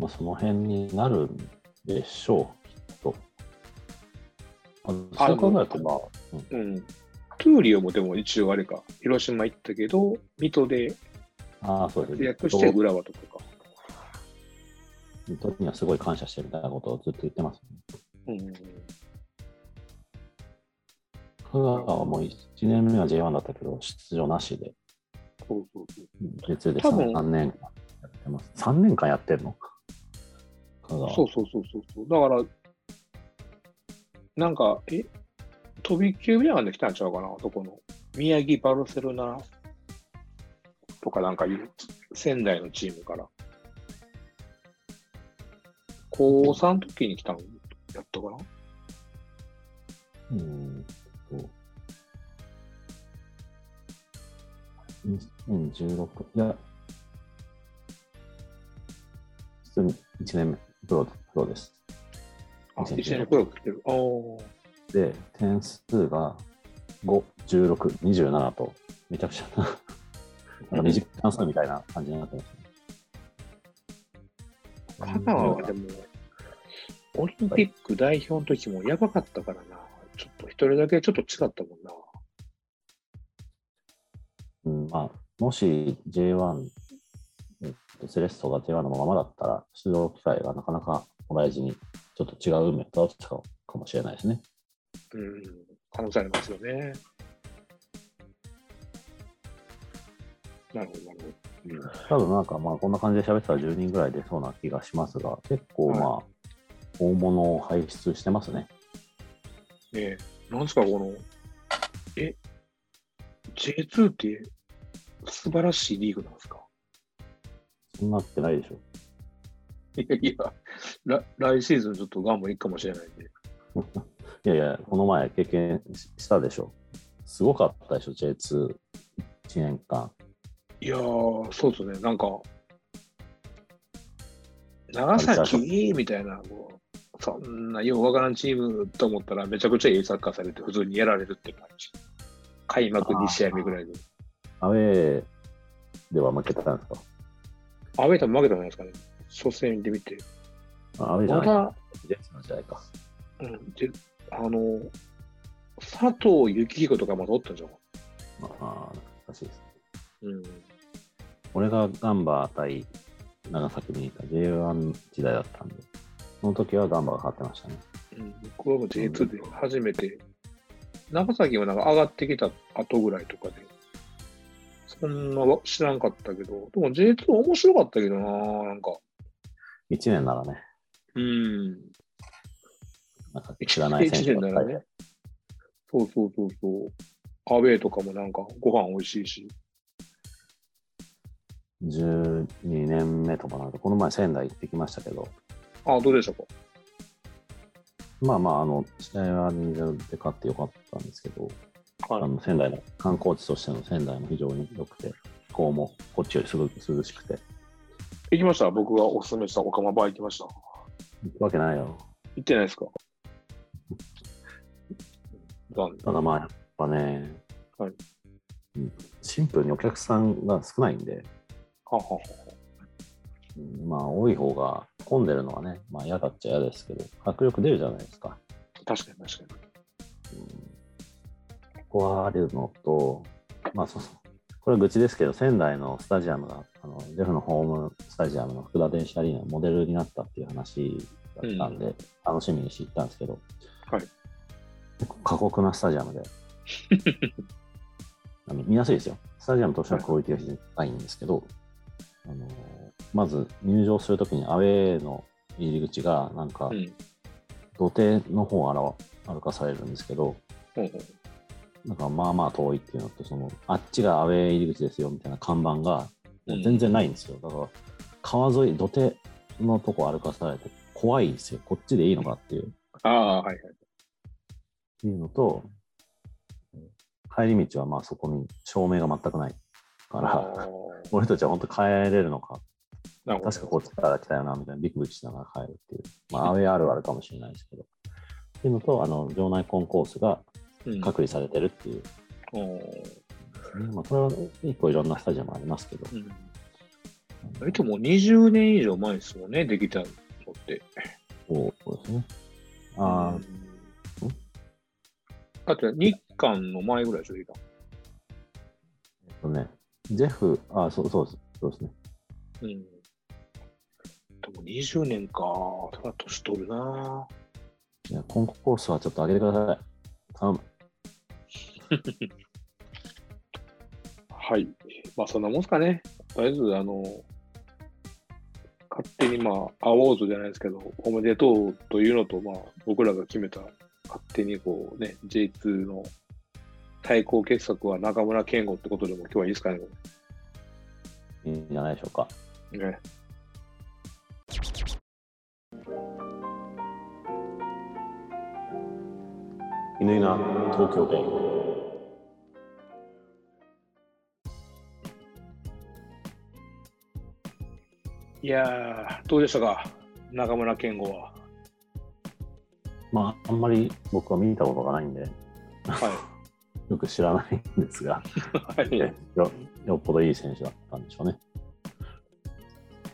Speaker 2: まあ、その辺になるんでしょう、きっと。あ
Speaker 1: あ
Speaker 2: そう考えると、まあ、
Speaker 1: な。うん。トゥーリオもでも一応あれか、広島行ったけど、水戸で
Speaker 2: ああ、そうです
Speaker 1: 活
Speaker 2: ね。
Speaker 1: 躍して浦和とかか。
Speaker 2: 水戸にはすごい感謝してるみたいなことをずっと言ってます、ね。
Speaker 1: うんうんうん。
Speaker 2: 香川はもう1年目は J1 だったけど、出場なしで、
Speaker 1: そうそうそう。
Speaker 2: J2 で
Speaker 1: 多分
Speaker 2: 3, 年間やってます。3年間やってるのか。香川。
Speaker 1: そうそうそうそうそう。だから、なんか、え飛び級みたいなので来たんちゃうかな、どこの。宮城バルセロナとかなんかいう、仙台のチームから。高3の時に来たのやったかな
Speaker 2: うーんと。2016、いや、普通に1年目、プロ、プロです。
Speaker 1: あ、
Speaker 2: 2016
Speaker 1: 1年の頃来てる。ああ。
Speaker 2: で、点数が5、16、27と、めちゃくちゃな、なんか2時間差みたいな感じになってますね。
Speaker 1: 香川はでも、オリンピック代表の時もやばかったからな。ちょっと一人だけちょっと違ったもんな。
Speaker 2: うんまあ、もし J1、えっと、セレッソが J1 のままだったら、出場機会がなかなかもらえずに、ちょっと違う運命をたどってたかもしれないですね。
Speaker 1: うん。可能性ありますよね。なるほど、なるほど。うん
Speaker 2: 多分なんか、まあ、こんな感じで喋ってたら10人ぐらい出そうな気がしますが、結構まあ、大物を輩出してますね。
Speaker 1: ねえ、なんすか、この、え、J2 って素晴らしいリーグなんですか
Speaker 2: そんなってないでしょ。
Speaker 1: いやいやら、来シーズンちょっとガンもいいかもしれないんで。
Speaker 2: いやいや、この前経験ししたでしょ。すごかったでしょ、J2、1年間。
Speaker 1: いやー、そうですね、なんか、長崎みたいな、こうそんなようわからんチームと思ったら、めちゃくちゃいいサッカーされて、普通にやられるって感じ。開幕2試合目ぐらいで。
Speaker 2: アウェーでは負けたんです
Speaker 1: アウェイタも負けたんじゃないですかね。初戦で見て。
Speaker 2: かあアウェーじゃ
Speaker 1: ま
Speaker 2: ない、
Speaker 1: た、
Speaker 2: J2 の時代か。
Speaker 1: うん、で、あの、佐藤幸彦とかまだおったんじゃん。
Speaker 2: まあ、懐かしいです。
Speaker 1: うん。
Speaker 2: 俺がガンバ対長崎にいた J1 時代だったんで、その時はガンバが勝ってましたね。
Speaker 1: うん、僕はもう J2 で初めて、長崎はなんか上がってきた後ぐらいとかで、そんなわ知らんかったけど、でも J2 面白かったけどな、なんか。
Speaker 2: 1年ならね、
Speaker 1: うん。
Speaker 2: なんか知らない選手ばっか
Speaker 1: 一年
Speaker 2: り
Speaker 1: ならねそうそうそうそう。アウェイとかもなんかご飯美味しいし。
Speaker 2: 12年目とかなんか、この前仙台行ってきましたけど、
Speaker 1: あ、どうでしたか
Speaker 2: まあまあ、あの、試合は20で勝ってよかったんですけど、
Speaker 1: はい
Speaker 2: あの仙台の観光地としての仙台も非常に良くて、気候もこっちよりすごく涼しくて、
Speaker 1: 行きました僕がおすすめしたオカマバー行きました。
Speaker 2: 行くわけないよ。
Speaker 1: 行ってないですか残念。
Speaker 2: ただまあ、やっぱね、
Speaker 1: はい
Speaker 2: うんシンプルにお客さんが少ないんで、
Speaker 1: ははは
Speaker 2: うんまあ、多い方が混んでるのはね、まあ、嫌だっちゃ嫌ですけど、迫力出るじゃないですか。
Speaker 1: 確かに確かに。
Speaker 2: うんここはあるのと、まあ、そうそう。これは愚痴ですけど、仙台のスタジアムが、あのジェフのホームスタジアムの福田電子アリーナのモデルになったっていう話だったんで、楽しみにして行ったんですけど、
Speaker 1: はい
Speaker 2: 結構過酷なスタジアムで、 あの見やすいですよ。スタジアムとしてはクオリティが非常に高いんですけど、あのまず入場するときにアウェーの入り口が、なんか、
Speaker 1: うん。
Speaker 2: 土手の方を現歩かされるんですけど、
Speaker 1: うんうん
Speaker 2: なんかまあまあ遠いっていうのと、そのあっちがアウェー入り口ですよみたいな看板が
Speaker 1: うん
Speaker 2: 全然ないんですよ。だから川沿い、土手のとこ歩かされて怖いんですよ。こっちでいいのかっていう
Speaker 1: ああ、はいはい。
Speaker 2: いうのと、帰り道はまあそこに照明が全くないか
Speaker 1: あ
Speaker 2: ら、
Speaker 1: ー
Speaker 2: 俺たちは本当帰れるのか、
Speaker 1: なるほど
Speaker 2: 確かこっちから来たよなみたいなビクビクしながら帰るっていう、まあ、アウェーあるあるかもしれないですけど。っていうのと、あの場内コンコース
Speaker 1: う
Speaker 2: が
Speaker 1: ん
Speaker 2: 隔離されてるっていう、
Speaker 1: うん
Speaker 2: まあ、これは一個いろんなスタジアムありますけど、
Speaker 1: えっと、もう20年以上前ですもんね、できたのって。
Speaker 2: そうですね。あ
Speaker 1: う
Speaker 2: ー
Speaker 1: んだって日韓の前ぐらいでしょ、できたの
Speaker 2: えっとね、ジェフ、あーそうそうですそうですね。
Speaker 1: うん。でも20年か、それは年取るな。
Speaker 2: いや、コンコースはちょっと上げてください。頼む。
Speaker 1: はい。まあ、そんなもんすかね。とりあえず、あの、勝手に、まあ、アワーズじゃないですけど、おめでとうというのと、まあ、僕らが決めた、勝手にこうね、J2 の対抗傑作は中村健吾ってことでも今日はいいですかね。
Speaker 2: いいんじゃないでしょうか。
Speaker 1: ね。
Speaker 2: 犬な東京弁。
Speaker 1: いやー、どうでしたか、中村健吾は。
Speaker 2: まあ、あんまり僕は見たことがないんで、
Speaker 1: は
Speaker 2: よく知らないんですが、
Speaker 1: い。はい
Speaker 2: よよっぽどいい選手だったんでしょうね。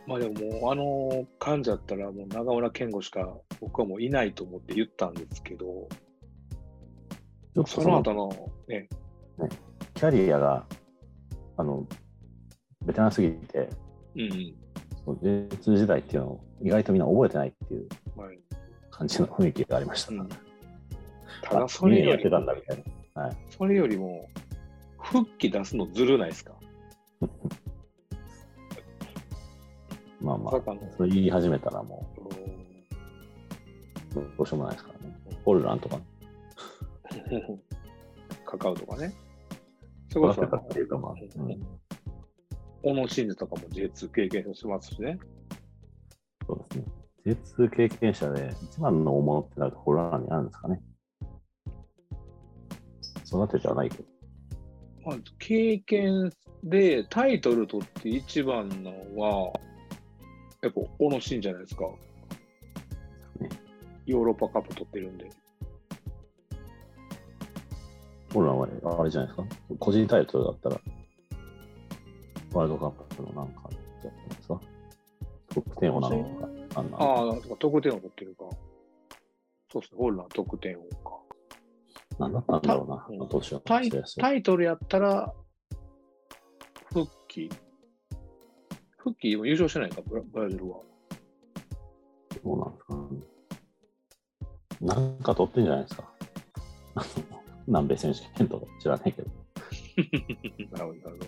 Speaker 1: まあでももうあの患者だったらもう中村健吾しか僕はもういないと思って言ったんですけど、
Speaker 2: ちょっと
Speaker 1: そ
Speaker 2: そ
Speaker 1: の
Speaker 2: の
Speaker 1: 後のね、
Speaker 2: キャリアが、あの、ベテランすぎて、
Speaker 1: うん、
Speaker 2: その J2 時代っていうのを意外とみんな覚えてないっていう
Speaker 1: はい
Speaker 2: 感じの雰囲気がありました。
Speaker 1: うんた
Speaker 2: あ
Speaker 1: だそれ
Speaker 2: 二年や
Speaker 1: よ
Speaker 2: って
Speaker 1: り
Speaker 2: たんだみたいな。はい。
Speaker 1: それよりも復帰出すのずるないですか、
Speaker 2: ま
Speaker 1: ま
Speaker 2: あまあ
Speaker 1: さ、かの。
Speaker 2: それ言い始めたらも
Speaker 1: うん
Speaker 2: う、どうしようもないですからね。ホルランとか、
Speaker 1: カカオとかね。それ
Speaker 2: 育
Speaker 1: こ
Speaker 2: て
Speaker 1: そ
Speaker 2: たっていうか、まあ、うん
Speaker 1: 小野真二とかも J2 経験してますしね。
Speaker 2: そうですね。J2 経験者で一番の大物ってなるとホルランになるんですかね。育ててはないけど。
Speaker 1: まあ、経験でタイトル取って一番なのは、やっぱ小野伸じゃないですか。
Speaker 2: ね
Speaker 1: ヨーロッパカップ取ってるんで。
Speaker 2: ホルランはあれじゃないですか。個人タイトルだったら、ワールドカップのなんか、じゃないですか。得点王なのか、あんな
Speaker 1: ああ、そうか得点を取ってるか。そうですね、ホルラン得点王か。
Speaker 2: なんだったんだろうな、
Speaker 1: うん
Speaker 2: あの年は。
Speaker 1: タイ
Speaker 2: 忘れやすい
Speaker 1: タイトルやったら、復帰。復帰、優勝してないか、ブラブラジルは。
Speaker 2: どうなんですかね。なんか取ってんじゃないですか。 あの南米選手権とか知らないけど、
Speaker 1: なるほど、なるほど。ま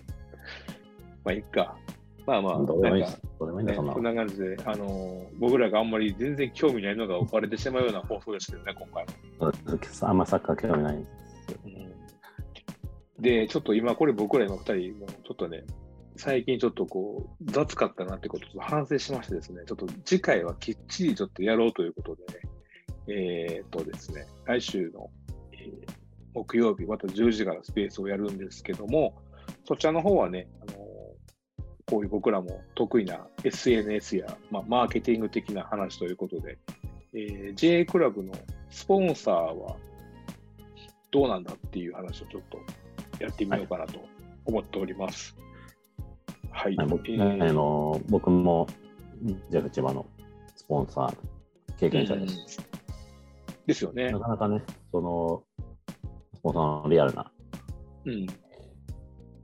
Speaker 1: あ、いっか。まあまあ、
Speaker 2: どうでもいい
Speaker 1: なん
Speaker 2: で
Speaker 1: か
Speaker 2: す。どうでもいいんだ、
Speaker 1: ね、
Speaker 2: そんな
Speaker 1: そん
Speaker 2: の。
Speaker 1: な感じで、あのー僕らがあんまり全然興味ないのが置かれてしまうような放送ですけどね、今回も。
Speaker 2: あんまサッカー興味ないんですよ。
Speaker 1: で、ちょっと今、これ僕ら今2人、もうちょっとね、最近ちょっとこう、雑かったなってことをちょっと反省しましてですね、ちょっと次回はきっちりちょっとやろうということでね、えーっとですね、来週の、えー木曜日、また10時からスペースをやるんですけども、そちらの方はね、あのーこういう僕らも得意な SNS や、まあ、マーケティング的な話ということで、えー JA クラブのスポンサーはどうなんだっていう話をちょっとやってみようかなと思っております。はい。
Speaker 2: あ僕
Speaker 1: え
Speaker 2: ね
Speaker 1: ー
Speaker 2: あの僕もジェフ千葉のスポンサー、経験者です。
Speaker 1: ですよね
Speaker 2: な。かなかね、その、スポンサーのリアルな、
Speaker 1: うん。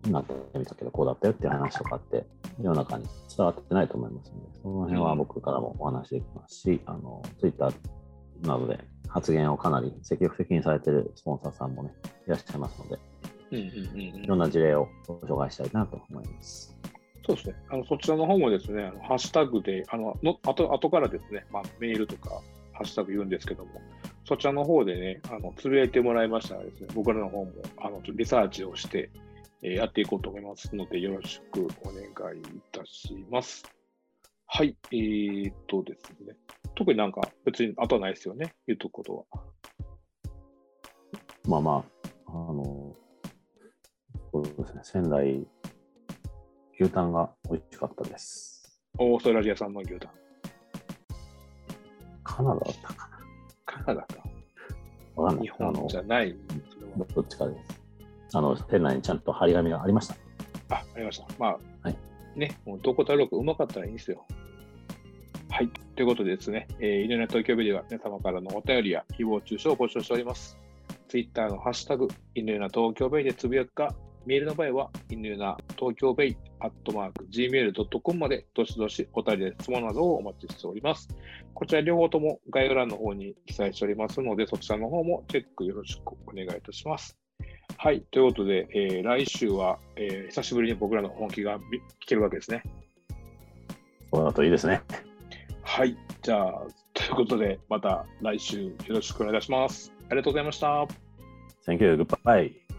Speaker 2: なってみたけど、こうだったよっていう話とかって、世の中に伝わってないと思いますので、その辺は僕からもお話できますし、あの、ツイッターなどで発言をかなり積極的にされてるスポンサーさんもね、いらっしゃいますので、
Speaker 1: うんうんうんうん
Speaker 2: いろんな事例をご紹介したいなと思います。
Speaker 1: そうですね。あのそちらの方もですね、あのハッシュタグで、あのの後後からですね、まあ、メールとか、ハッシュタグ言うんですけども、そちらの方でね、あのつぶやいてもらいましたらですね、僕らの方もあのちょっとリサーチをして、えーやっていこうと思いますので、よろしくお願いいたします。はい、えー、っとですね、特になんか別に後はないですよね、言うとくことは。
Speaker 2: まあまあ、あの、そうですね、仙台、牛タンが美味しかったです。
Speaker 1: オーストラリア産の牛タン、
Speaker 2: カナダだったか
Speaker 1: カナダか、
Speaker 2: なわかんない。
Speaker 1: 日
Speaker 2: あ
Speaker 1: 本
Speaker 2: の
Speaker 1: じゃない、それは。
Speaker 2: どっちかです。あの、店内にちゃんと張り紙がありました。
Speaker 1: あ、ありました。まあ、
Speaker 2: はい
Speaker 1: ね、もうどこだろうかうまかったらいいんですよ。はい。ということでですね、えー、イネネ東京ビでは皆様からのお便りや誹謗中傷を募集しております。ツイッターのハッシュタグ、イネナ東京ベイでつぶやくか、メールの場合は、イネナ東京ベイアットマーク gmail.com まで、どしどしお便りや質問などをお待ちしております。こちら両方とも概要欄の方に記載しておりますので、そちらの方もチェックよろしくお願いいたします。はい、ということで、えー来週は、えー久しぶりに僕らの本気がみ聞けるわけですね。
Speaker 2: これだといいですね。
Speaker 1: はい、じゃあ、ということで、また来週よろしくお願いいたします。ありがとうございました。
Speaker 2: Thank you. Goodbye.